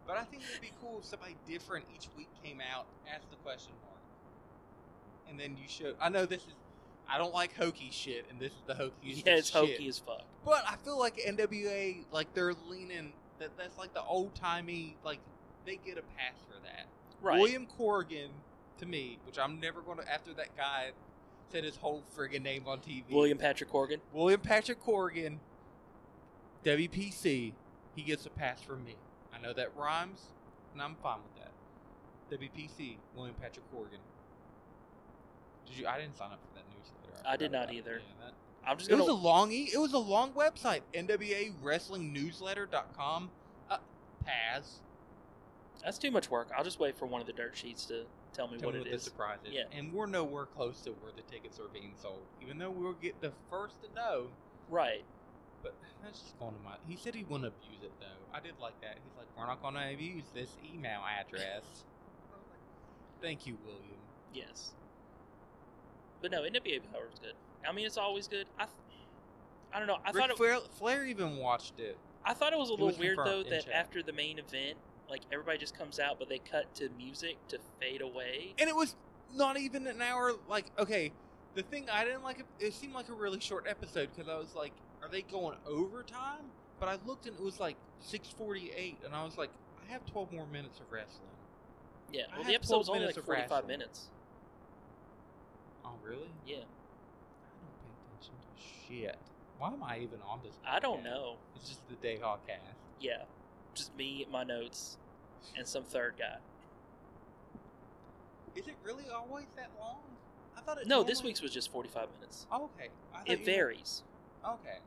[SPEAKER 1] but I think it'd be cool if somebody different each week came out as the question mark, and then you show. I know this is. I don't like hokey shit, and this is the hokiest.
[SPEAKER 2] yeah, it's
[SPEAKER 1] shit.
[SPEAKER 2] hokey as fuck.
[SPEAKER 1] But I feel like NWA, like they're leaning that that's like the old timey, like they get a pass for that.
[SPEAKER 2] Right.
[SPEAKER 1] William Corrigan, to me, which I'm never going to after that guy said his whole friggin' name on TV.
[SPEAKER 2] William Patrick Corgan.
[SPEAKER 1] William Patrick Corrigan, WPC, he gets a pass from me. I know that rhymes, and I'm fine with that. WPC, William Patrick Corrigan. Did you? I didn't sign up for that newsletter.
[SPEAKER 2] I did
[SPEAKER 1] forgot
[SPEAKER 2] not
[SPEAKER 1] about it.
[SPEAKER 2] either.
[SPEAKER 1] Yeah, that-
[SPEAKER 2] I'm
[SPEAKER 1] it
[SPEAKER 2] just gonna.
[SPEAKER 1] was a long e- it was a long website. NWA Wrestling Newsletter.com. Uh, pass.
[SPEAKER 2] that's too much work. I'll just wait for one of the dirt sheets to tell me
[SPEAKER 1] Tell
[SPEAKER 2] what
[SPEAKER 1] me
[SPEAKER 2] it
[SPEAKER 1] what the
[SPEAKER 2] is.
[SPEAKER 1] surprise is.
[SPEAKER 2] Yeah.
[SPEAKER 1] And we're nowhere close to where the tickets are being sold. Even though we'll get the first to know.
[SPEAKER 2] Right.
[SPEAKER 1] But that's just going to my he said he wouldn't abuse it though. I did like that. He's like, We're not gonna abuse this email address. Thank you, William.
[SPEAKER 2] Yes. But no, NWA Power was good. I mean, it's always good. I, th- I don't know. I
[SPEAKER 1] Ric
[SPEAKER 2] thought it,
[SPEAKER 1] Flair, Flair even watched it.
[SPEAKER 2] I thought it was a little
[SPEAKER 1] was
[SPEAKER 2] weird though
[SPEAKER 1] confirmed in
[SPEAKER 2] that
[SPEAKER 1] chat.
[SPEAKER 2] after the main event, like everybody just comes out, but they cut to music to fade away.
[SPEAKER 1] and it was not even an hour. Like, okay, the thing I didn't like, it seemed like a really short episode because I was like, are they going overtime? But I looked and it was like 6:48, and I was like, I have 12 more minutes of wrestling.
[SPEAKER 2] Yeah.
[SPEAKER 1] I
[SPEAKER 2] Well,
[SPEAKER 1] had
[SPEAKER 2] the episode
[SPEAKER 1] 12
[SPEAKER 2] was only
[SPEAKER 1] minutes
[SPEAKER 2] like
[SPEAKER 1] of
[SPEAKER 2] 45
[SPEAKER 1] rational.
[SPEAKER 2] minutes.
[SPEAKER 1] Oh, really?
[SPEAKER 2] Yeah.
[SPEAKER 1] I don't pay attention to shit. Why am I even on this?
[SPEAKER 2] I don't
[SPEAKER 1] podcast?
[SPEAKER 2] know.
[SPEAKER 1] It's just the day hawk cast.
[SPEAKER 2] Yeah. Just me, my notes, and some third guy.
[SPEAKER 1] Is it really always that long? I thought it.
[SPEAKER 2] No, this
[SPEAKER 1] normally-
[SPEAKER 2] week's was just 45 minutes.
[SPEAKER 1] Oh, okay. I thought
[SPEAKER 2] It
[SPEAKER 1] you-
[SPEAKER 2] varies.
[SPEAKER 1] Okay.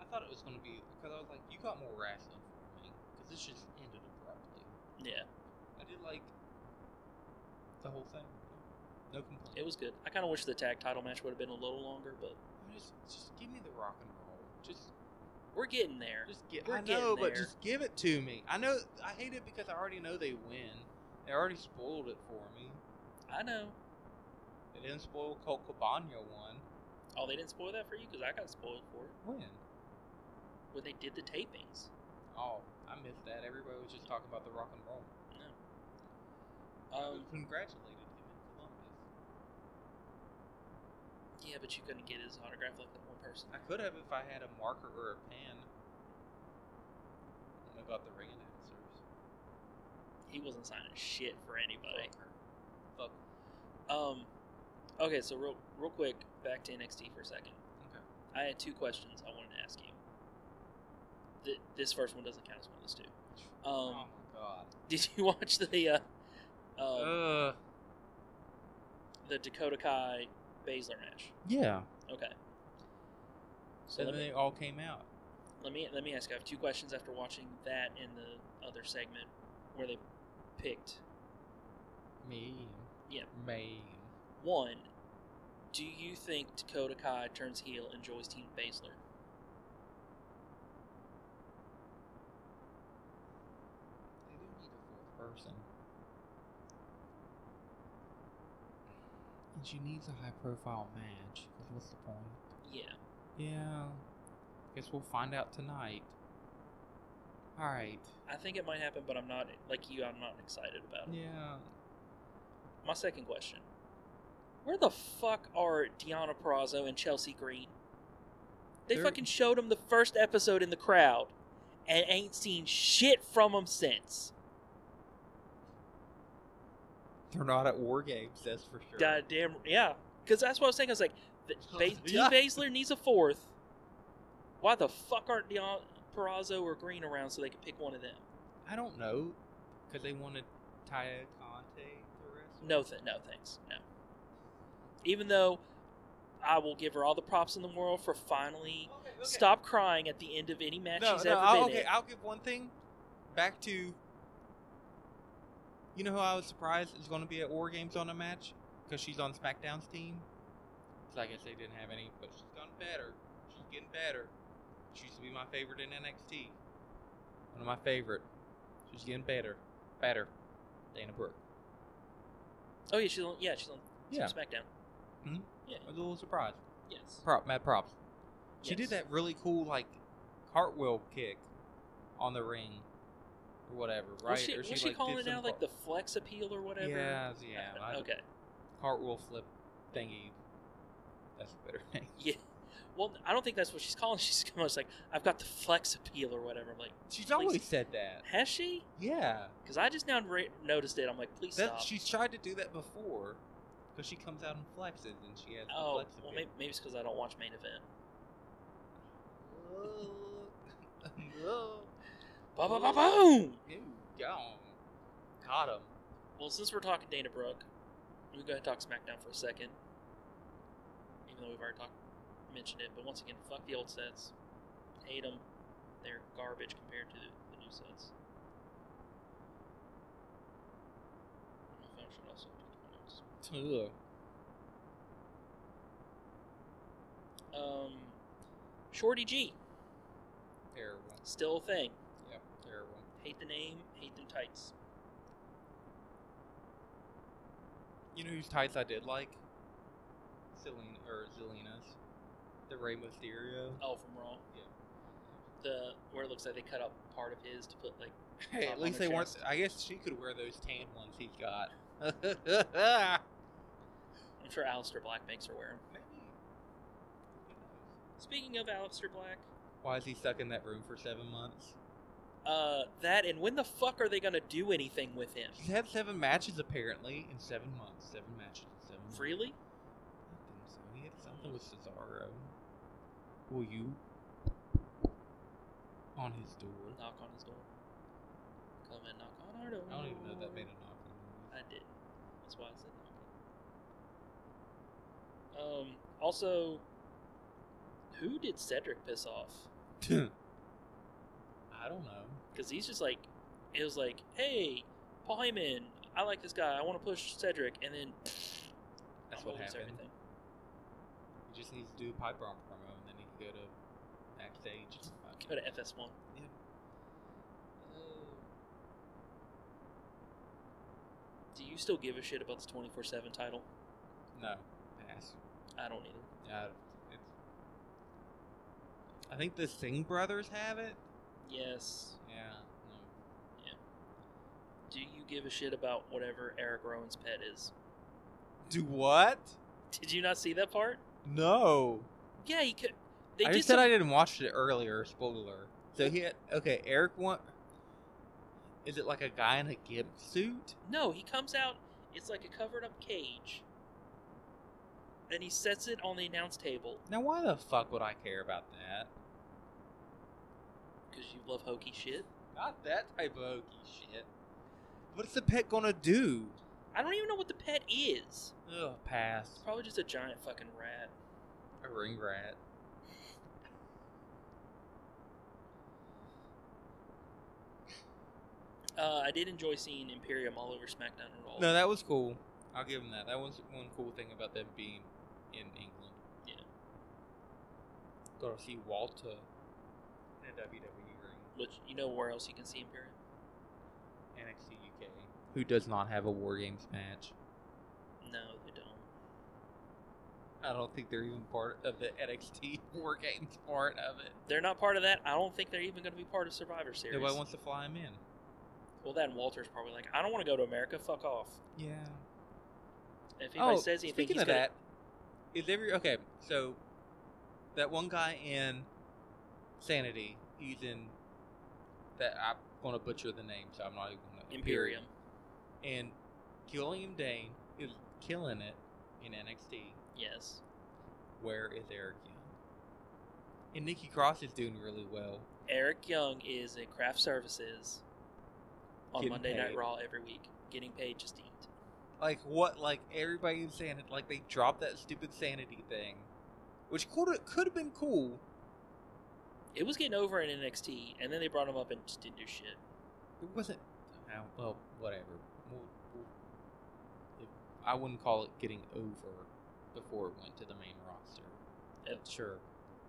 [SPEAKER 1] I thought it was going to be because I was like, you got more wrestling for me because this just ended abruptly.
[SPEAKER 2] Yeah.
[SPEAKER 1] I did like the whole thing. No complaint.
[SPEAKER 2] It was good. I kind of wish the tag title match would have been a little longer, but
[SPEAKER 1] I just, just give me the rock and roll. Just,
[SPEAKER 2] we're getting there.
[SPEAKER 1] just get.
[SPEAKER 2] We're
[SPEAKER 1] I know,
[SPEAKER 2] getting
[SPEAKER 1] but
[SPEAKER 2] there.
[SPEAKER 1] just give it to me. I know. I hate it because I already know they win. They already spoiled it for me.
[SPEAKER 2] I know.
[SPEAKER 1] They didn't spoil Colt Cabana one.
[SPEAKER 2] Oh, they didn't spoil that for you because I got spoiled for it
[SPEAKER 1] When?
[SPEAKER 2] when they did the tapings.
[SPEAKER 1] Oh, I missed that. Everybody was just talking about the rock and roll.
[SPEAKER 2] No. Um,
[SPEAKER 1] I congratulated him in Columbus.
[SPEAKER 2] yeah, but you couldn't get his autograph like that one person.
[SPEAKER 1] I could have if I had a marker or a pen. And I got the ring announcers.
[SPEAKER 2] He wasn't signing shit for anybody.
[SPEAKER 1] Fucker. Fuck.
[SPEAKER 2] Um, okay, so real, real quick, back to NXT for a second.
[SPEAKER 1] Okay.
[SPEAKER 2] I had two questions I wanted to ask you. Th- this first one doesn't count as one of those two. Um,
[SPEAKER 1] oh my god.
[SPEAKER 2] Did you watch the uh, um,
[SPEAKER 1] Ugh.
[SPEAKER 2] the Dakota Kai Baszler match?
[SPEAKER 1] yeah.
[SPEAKER 2] Okay. So
[SPEAKER 1] And
[SPEAKER 2] let
[SPEAKER 1] then
[SPEAKER 2] me,
[SPEAKER 1] they all came out.
[SPEAKER 2] let me let me ask you. I have two questions after watching that and the other segment where they picked.
[SPEAKER 1] Me.
[SPEAKER 2] Yeah.
[SPEAKER 1] Me.
[SPEAKER 2] One, do you think Dakota Kai turns heel and joins Team Baszler?
[SPEAKER 1] They do need a fourth person. And she needs a high profile match. 'cause what's the point?
[SPEAKER 2] Yeah.
[SPEAKER 1] Yeah. Guess we'll find out tonight. Alright.
[SPEAKER 2] I think it might happen, but I'm not like you. I'm not excited about it.
[SPEAKER 1] Yeah.
[SPEAKER 2] My second question: Where the fuck are Deanna Prazo and Chelsea Green? They
[SPEAKER 1] They're-
[SPEAKER 2] fucking showed them the first episode in the crowd, and ain't seen shit from them since.
[SPEAKER 1] They're not at war games, that's for sure.
[SPEAKER 2] Goddamn, yeah. Because that's what I was saying. I was like, the, ba-
[SPEAKER 1] Yeah.
[SPEAKER 2] Team Baszler needs a fourth. Why the fuck aren't Deon Perazzo or Green around so they could pick one of them?
[SPEAKER 1] I don't know, because they wanted Taya Conte to wrestle.
[SPEAKER 2] No, th- no, thanks, no. Even though I will give her all the props in the world for finally
[SPEAKER 1] Okay, okay.
[SPEAKER 2] stop crying at the end of any match
[SPEAKER 1] No,
[SPEAKER 2] she's
[SPEAKER 1] no.
[SPEAKER 2] ever
[SPEAKER 1] I'll,
[SPEAKER 2] been
[SPEAKER 1] okay,
[SPEAKER 2] in.
[SPEAKER 1] I'll give one thing. Back to. You know who I was surprised is going to be at War Games on a match because she's on SmackDown's team. 'Cause I guess they didn't have any, but she's gotten better. She's getting better. She used to be my favorite in NXT. One of my favorite. She's getting better, better. Dana Brooke.
[SPEAKER 2] Oh yeah, she's on. Yeah, she's on
[SPEAKER 1] Yeah.
[SPEAKER 2] SmackDown.
[SPEAKER 1] Hmm?
[SPEAKER 2] Yeah.
[SPEAKER 1] I was a little surprised.
[SPEAKER 2] Yes.
[SPEAKER 1] Prop, mad props. She
[SPEAKER 2] Yes.
[SPEAKER 1] did that really cool like cartwheel kick on the ring or whatever, right?
[SPEAKER 2] Was she,
[SPEAKER 1] or
[SPEAKER 2] was she calling
[SPEAKER 1] did
[SPEAKER 2] it
[SPEAKER 1] some
[SPEAKER 2] out like the
[SPEAKER 1] car-
[SPEAKER 2] flex appeal or whatever?
[SPEAKER 1] Yeah, yeah. I-
[SPEAKER 2] okay.
[SPEAKER 1] Cartwheel flip thingy That's a better name.
[SPEAKER 2] Yeah. Well, I don't think that's what she's calling. She's almost like, I've got the flex appeal or whatever. I'm like,
[SPEAKER 1] She's
[SPEAKER 2] Please.
[SPEAKER 1] always said that.
[SPEAKER 2] has she?
[SPEAKER 1] Yeah.
[SPEAKER 2] Because I just now re- noticed it. I'm like, please
[SPEAKER 1] That,
[SPEAKER 2] stop.
[SPEAKER 1] she's tried to do that before because she comes out and flexes and she has the
[SPEAKER 2] oh,
[SPEAKER 1] flex
[SPEAKER 2] well,
[SPEAKER 1] appeal.
[SPEAKER 2] maybe, maybe it's because I don't watch main event.
[SPEAKER 1] Oh.
[SPEAKER 2] Ba ba ba boom!
[SPEAKER 1] Ew, yum. Caught him.
[SPEAKER 2] Well, since we're talking Dana Brooke, we can go ahead and talk SmackDown for a second. Even though we've already talked, mentioned it, but once again, fuck the old sets. Hate them. They're garbage compared to the new sets. I don't know if I should also put
[SPEAKER 1] Ugh.
[SPEAKER 2] my notes. Um, Shorty G,
[SPEAKER 1] Terrible.
[SPEAKER 2] still a thing.
[SPEAKER 1] Yep, terrible.
[SPEAKER 2] Hate the name. Hate them tights.
[SPEAKER 1] You know whose tights I did like? Selena or Zelina's. The Rey Mysterio.
[SPEAKER 2] Oh, from Raw.
[SPEAKER 1] Yeah.
[SPEAKER 2] The where it looks like they cut up part of his to put like
[SPEAKER 1] Hey,
[SPEAKER 2] Top
[SPEAKER 1] at
[SPEAKER 2] on
[SPEAKER 1] least
[SPEAKER 2] her
[SPEAKER 1] they weren't.
[SPEAKER 2] chest.
[SPEAKER 1] I guess she could wear those tan ones he's got. Maybe.
[SPEAKER 2] I'm sure Alistair Black makes her wear 'em. Speaking of Alistair Black,
[SPEAKER 1] Why is he stuck in that room for seven months?
[SPEAKER 2] uh, that and when the fuck are they gonna do anything with him?
[SPEAKER 1] He's had seven matches apparently in seven months. Seven matches in seven months.
[SPEAKER 2] Really?
[SPEAKER 1] I think so. He had something with Cesaro. Will you? On his door.
[SPEAKER 2] Knock on his door. Come and knock on our door.
[SPEAKER 1] I don't even know if that made a knock on
[SPEAKER 2] I did. That's why I said knock on. Um. Also, who did Cedric piss off?
[SPEAKER 1] the noise. I don't know.
[SPEAKER 2] because he's just like it was like hey paul heyman i like this guy i want to push cedric and then
[SPEAKER 1] That's what
[SPEAKER 2] almost
[SPEAKER 1] happened.
[SPEAKER 2] everything
[SPEAKER 1] He just needs to do a pipe bomb promo and then he can go to backstage.
[SPEAKER 2] go to fs1
[SPEAKER 1] Yeah.
[SPEAKER 2] do you still give a shit about the 24-7 title
[SPEAKER 1] No, pass.
[SPEAKER 2] i don't either
[SPEAKER 1] Yeah, it's. I think the Singh brothers have it.
[SPEAKER 2] yes
[SPEAKER 1] Yeah. No.
[SPEAKER 2] do you give a shit about whatever eric rowan's pet is
[SPEAKER 1] Do what?
[SPEAKER 2] did you not see that part
[SPEAKER 1] No.
[SPEAKER 2] yeah he could they
[SPEAKER 1] I
[SPEAKER 2] did
[SPEAKER 1] just said
[SPEAKER 2] some-
[SPEAKER 1] I didn't watch it earlier. Spoiler. So he had, okay. Eric want. Is it like a guy in a gimp suit?
[SPEAKER 2] No, he comes out. It's like a covered up cage. And he sets it on the announce table
[SPEAKER 1] Now why the fuck would I care about that?
[SPEAKER 2] because you love hokey shit.
[SPEAKER 1] Not that type of hokey shit. What's the pet gonna do?
[SPEAKER 2] I don't even know what the pet is.
[SPEAKER 1] Ugh, pass.
[SPEAKER 2] It's probably just a giant fucking rat.
[SPEAKER 1] A ring rat.
[SPEAKER 2] Uh, I did enjoy seeing Imperium all over SmackDown and Raw.
[SPEAKER 1] No, that was cool. I'll give him that. That was one cool thing about them being in England.
[SPEAKER 2] Yeah.
[SPEAKER 1] Gotta see Walter in a WWE ring.
[SPEAKER 2] Which, you know where else you can see Imperium?
[SPEAKER 1] NXT UK. Who does not have a War Games match?
[SPEAKER 2] No, they don't.
[SPEAKER 1] I don't think they're even part of the NXT War Games part of it.
[SPEAKER 2] They're not part of that. I don't think they're even going to be part of Survivor Series.
[SPEAKER 1] Nobody wants to fly him in.
[SPEAKER 2] well, then Walter's probably like, I don't want to go to America. Fuck off.
[SPEAKER 1] Yeah.
[SPEAKER 2] If anybody says anything,
[SPEAKER 1] Oh, speaking
[SPEAKER 2] he's
[SPEAKER 1] of
[SPEAKER 2] gonna-
[SPEAKER 1] that, is every okay? So that one guy in Sanity, he's in that I'm gonna butcher the name, so I'm not even gonna
[SPEAKER 2] Imperium.
[SPEAKER 1] and Gilliam Dane is killing it in NXT.
[SPEAKER 2] Yes.
[SPEAKER 1] Where is Eric Young? And Nikki Cross is doing really well.
[SPEAKER 2] Eric Young is at Craft Services on
[SPEAKER 1] Getting
[SPEAKER 2] Monday Night
[SPEAKER 1] paid.
[SPEAKER 2] Raw every week, getting paid just to eat.
[SPEAKER 1] Like what? Like everybody in Sanity, like they dropped that stupid Sanity thing, which could could have been cool.
[SPEAKER 2] It was getting over in NXT, and then they brought him up and just didn't do shit.
[SPEAKER 1] It wasn't. oh, Well, whatever. We'll- we'll- it- I wouldn't call it getting over before it went to the main roster.
[SPEAKER 2] Yep.
[SPEAKER 1] Sure.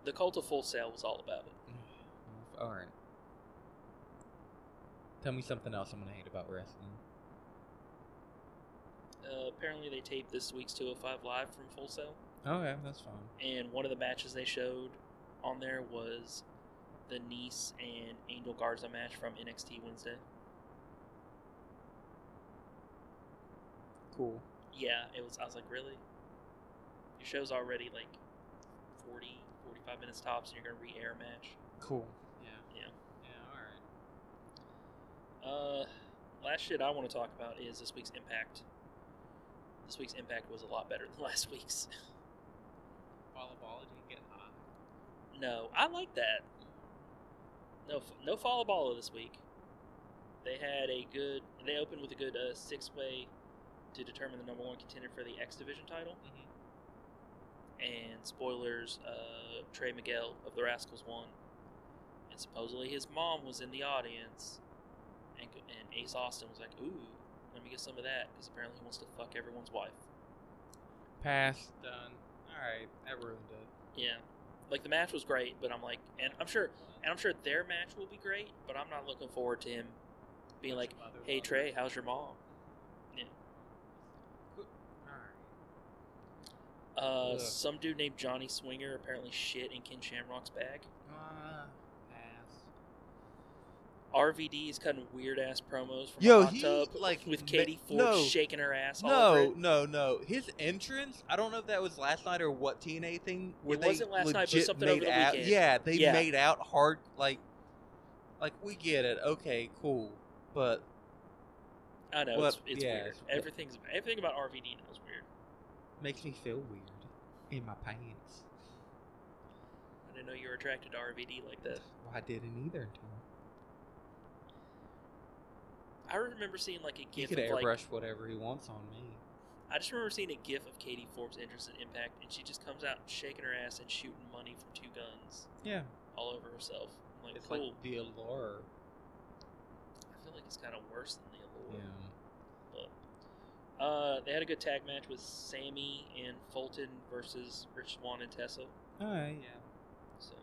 [SPEAKER 2] The Cult of Full Sail was all about it.
[SPEAKER 1] All right. Tell me something else I'm gonna hate about wrestling.
[SPEAKER 2] Uh, apparently, they taped this week's 205 Live from Full Sail,
[SPEAKER 1] Okay, that's fine.
[SPEAKER 2] and one of the matches they showed on there was the Nice and Angel Garza match from NXT Wednesday.
[SPEAKER 1] Cool.
[SPEAKER 2] Yeah, it was. I was like, really? Your show's already like 40, 45 minutes tops, and you're gonna re-air a match.
[SPEAKER 1] Cool. Yeah.
[SPEAKER 2] Yeah.
[SPEAKER 1] Yeah. All right.
[SPEAKER 2] Uh, last shit I want to talk about is this week's Impact. This week's Impact was a lot better than last week's.
[SPEAKER 1] Volleyball didn't get hot.
[SPEAKER 2] No, I like that. No, no follow ball this week. They had a good. They opened with a good uh, six way to determine the number one contender for the X Division title.
[SPEAKER 1] Mm-hmm.
[SPEAKER 2] And spoilers: uh, Trey Miguel of the Rascals won, and supposedly his mom was in the audience. And, and Ace Austin was like, "Ooh, let me get some of that," because apparently he wants to fuck everyone's wife.
[SPEAKER 1] Pass. Done. All right. That ruined it.
[SPEAKER 2] Yeah, like the match was great, but I'm like, and I'm sure and I'm sure their match will be great, but I'm not looking forward to him being like, "Hey Trey, how's your mom?" Uh,
[SPEAKER 1] Ugh.
[SPEAKER 2] some dude named Johnny Swinger apparently shit in Ken Shamrock's bag.
[SPEAKER 1] Ah,
[SPEAKER 2] RVD is cutting weird ass promos from
[SPEAKER 1] Yo,
[SPEAKER 2] the hot
[SPEAKER 1] he,
[SPEAKER 2] tub
[SPEAKER 1] like,
[SPEAKER 2] with
[SPEAKER 1] ma-
[SPEAKER 2] Katie Ford
[SPEAKER 1] no.
[SPEAKER 2] shaking her ass. all over
[SPEAKER 1] No,
[SPEAKER 2] it.
[SPEAKER 1] no, no. His entrance, I don't know if that was last night or what TNA thing where
[SPEAKER 2] It
[SPEAKER 1] they
[SPEAKER 2] wasn't last
[SPEAKER 1] legit
[SPEAKER 2] night, but it was something
[SPEAKER 1] made
[SPEAKER 2] over the
[SPEAKER 1] out.
[SPEAKER 2] weekend.
[SPEAKER 1] Yeah, they
[SPEAKER 2] Yeah.
[SPEAKER 1] made out hard like like we get it. Okay, cool. But
[SPEAKER 2] I know
[SPEAKER 1] What-
[SPEAKER 2] it's, it's
[SPEAKER 1] yeah,
[SPEAKER 2] weird.
[SPEAKER 1] it's-
[SPEAKER 2] Everything's everything about RVD now is weird.
[SPEAKER 1] makes me feel weird in my pants.
[SPEAKER 2] I didn't know you were attracted to RVD like that.
[SPEAKER 1] Well, I didn't either until
[SPEAKER 2] I remember seeing like a
[SPEAKER 1] he
[SPEAKER 2] gif
[SPEAKER 1] could
[SPEAKER 2] of like
[SPEAKER 1] airbrush whatever he wants on me.
[SPEAKER 2] I just remember seeing a gif of Katie Forbes' interest in Impact, and she just comes out shaking her ass and shooting money from two guns
[SPEAKER 1] Yeah,
[SPEAKER 2] all over herself. I'm like,
[SPEAKER 1] it's
[SPEAKER 2] cool.
[SPEAKER 1] like the allure.
[SPEAKER 2] I feel like it's kind of worse than the
[SPEAKER 1] Yeah.
[SPEAKER 2] Allure. But, uh, they had a good tag match with Sammy and Fulton versus Rich Swan and Tessa.
[SPEAKER 1] All right.
[SPEAKER 2] So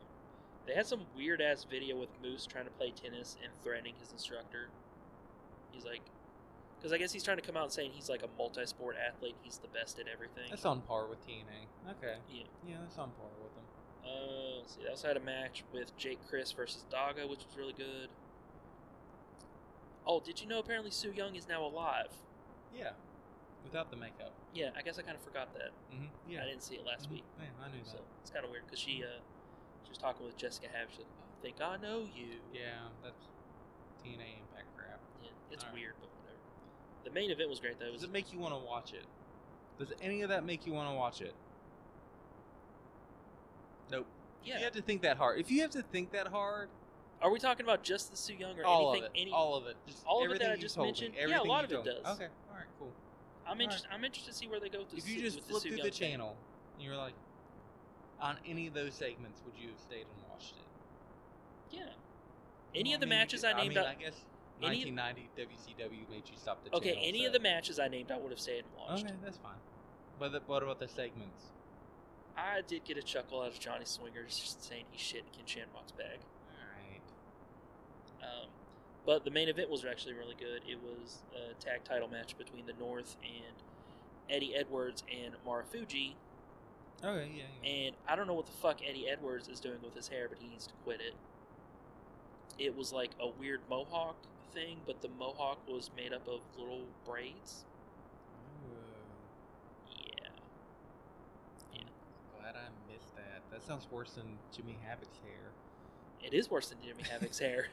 [SPEAKER 2] they had some weird ass video with Moose trying to play tennis and threatening his instructor. He's like, because I guess he's trying to come out and saying he's like a multi-sport athlete. He's the best at everything.
[SPEAKER 1] That's on par with TNA. Okay.
[SPEAKER 2] yeah.
[SPEAKER 1] Yeah, that's on par with them.
[SPEAKER 2] Uh, let's see, they also had a match with Jake Chris versus Daga, which was really good. Oh, did you know apparently Sue Young is now alive?
[SPEAKER 1] Yeah. Without the makeup.
[SPEAKER 2] Yeah, I guess I kind of forgot that.
[SPEAKER 1] Mm-hmm. Yeah.
[SPEAKER 2] I didn't see it last
[SPEAKER 1] Mhm.
[SPEAKER 2] week,
[SPEAKER 1] Yeah, I knew
[SPEAKER 2] so
[SPEAKER 1] that.
[SPEAKER 2] it's kind of weird because she, uh, she was talking with Jessica Havish. Like, I think I know you.
[SPEAKER 1] Yeah, that's TNA Impact crap.
[SPEAKER 2] Yeah, it's
[SPEAKER 1] Alright.
[SPEAKER 2] weird, but whatever. The main event was great though. It
[SPEAKER 1] Does
[SPEAKER 2] was,
[SPEAKER 1] it make you want to watch it? Does any of that make you want to watch it? Nope.
[SPEAKER 2] yeah.
[SPEAKER 1] You have to think that hard. If you have to think that hard,
[SPEAKER 2] Are we talking about just the Sue Young or
[SPEAKER 1] all
[SPEAKER 2] anything?
[SPEAKER 1] of it,
[SPEAKER 2] Any?
[SPEAKER 1] all of it, just
[SPEAKER 2] all of it
[SPEAKER 1] everything
[SPEAKER 2] that I
[SPEAKER 1] you
[SPEAKER 2] just
[SPEAKER 1] told
[SPEAKER 2] mentioned?
[SPEAKER 1] me,
[SPEAKER 2] Yeah, a
[SPEAKER 1] everything
[SPEAKER 2] lot
[SPEAKER 1] you
[SPEAKER 2] of it
[SPEAKER 1] told me.
[SPEAKER 2] does.
[SPEAKER 1] Okay, all right, cool.
[SPEAKER 2] I'm
[SPEAKER 1] alright.
[SPEAKER 2] interested. I'm interested to see where they go with the
[SPEAKER 1] If
[SPEAKER 2] Sue-
[SPEAKER 1] you just
[SPEAKER 2] with
[SPEAKER 1] flip
[SPEAKER 2] the Sue
[SPEAKER 1] through
[SPEAKER 2] Young
[SPEAKER 1] the
[SPEAKER 2] thing.
[SPEAKER 1] channel and you're like, on any of those segments, would you have stayed and watched it?
[SPEAKER 2] Yeah. Any
[SPEAKER 1] Well,
[SPEAKER 2] of the
[SPEAKER 1] I mean, you
[SPEAKER 2] matches
[SPEAKER 1] could-
[SPEAKER 2] I named
[SPEAKER 1] mean,
[SPEAKER 2] out.
[SPEAKER 1] I guess
[SPEAKER 2] any of-
[SPEAKER 1] 1990 WCW made you stop the
[SPEAKER 2] Okay,
[SPEAKER 1] channel,
[SPEAKER 2] any
[SPEAKER 1] so-
[SPEAKER 2] of the matches I named, I would have stayed and watched.
[SPEAKER 1] Okay, that's fine. But the, what about the segments?
[SPEAKER 2] I did get a chuckle out of Johnny Swinger just saying he shit in Ken Shamrock's bag.
[SPEAKER 1] Alright.
[SPEAKER 2] Um, but the main event was actually really good. It was a tag title match between the North and Eddie Edwards and Mara Fuji.
[SPEAKER 1] Okay, yeah, yeah.
[SPEAKER 2] And I don't know what the fuck Eddie Edwards is doing with his hair, but he needs to quit it. It was like a weird mohawk thing, but the mohawk was made up of little braids.
[SPEAKER 1] Ooh,
[SPEAKER 2] Yeah.
[SPEAKER 1] glad I missed that. That sounds worse than Jimmy Havoc's hair.
[SPEAKER 2] It is worse than Jimmy Havoc's hair.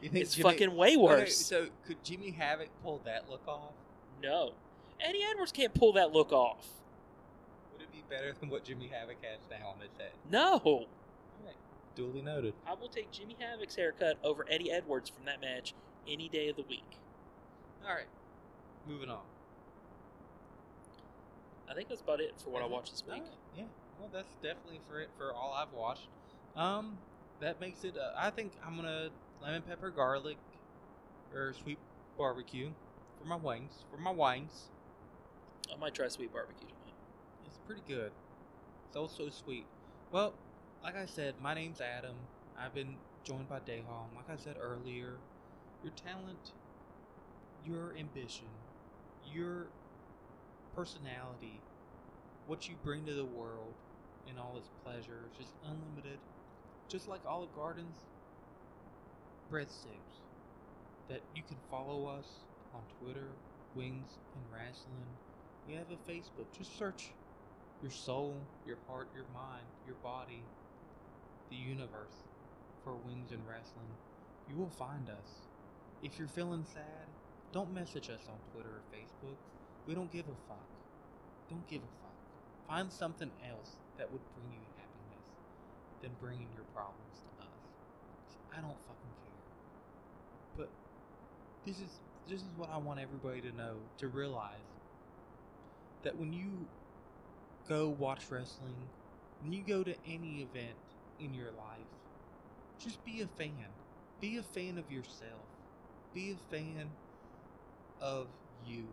[SPEAKER 1] You think
[SPEAKER 2] It's
[SPEAKER 1] Jimmy-
[SPEAKER 2] fucking way
[SPEAKER 1] Okay,
[SPEAKER 2] worse.
[SPEAKER 1] so could Jimmy Havoc pull that look off?
[SPEAKER 2] No. Eddie Edwards can't pull that look off.
[SPEAKER 1] Would it be better than what Jimmy Havoc has now on his head?
[SPEAKER 2] No.
[SPEAKER 1] Duly noted.
[SPEAKER 2] I will take Jimmy Havoc's haircut over Eddie Edwards from that match any day of the week.
[SPEAKER 1] All right, moving on.
[SPEAKER 2] I think that's about it for what I
[SPEAKER 1] Is it?
[SPEAKER 2] watched this week.
[SPEAKER 1] All right, Yeah, well, that's definitely for it for all I've watched. Um, that makes it. Uh, I think I'm gonna lemon pepper garlic or sweet barbecue for my wings. For my wings,
[SPEAKER 2] I might try sweet barbecue tonight.
[SPEAKER 1] it's pretty good. It's also sweet. Well, like I said, my name's Adam. I've been joined by Dayhall. And Like I said earlier, your talent, your ambition, your personality, what you bring to the world, and all its pleasure is just unlimited. Just like Olive Garden's breadsticks, that you can follow us on Twitter, Wings and Wrestling. We have a Facebook. Just search your soul, your heart, your mind, your body, the universe for wins and wrestling. You will find us. If you're feeling sad, don't message us on Twitter or Facebook. We don't give a fuck. Don't give a fuck. Find something else that would bring you happiness than bringing your problems to us. So I don't fucking care. But this is this is what I want everybody to know to realize that when you go watch wrestling, when you go to any event in your life, just be a fan. Be a fan of yourself. Be a fan of you.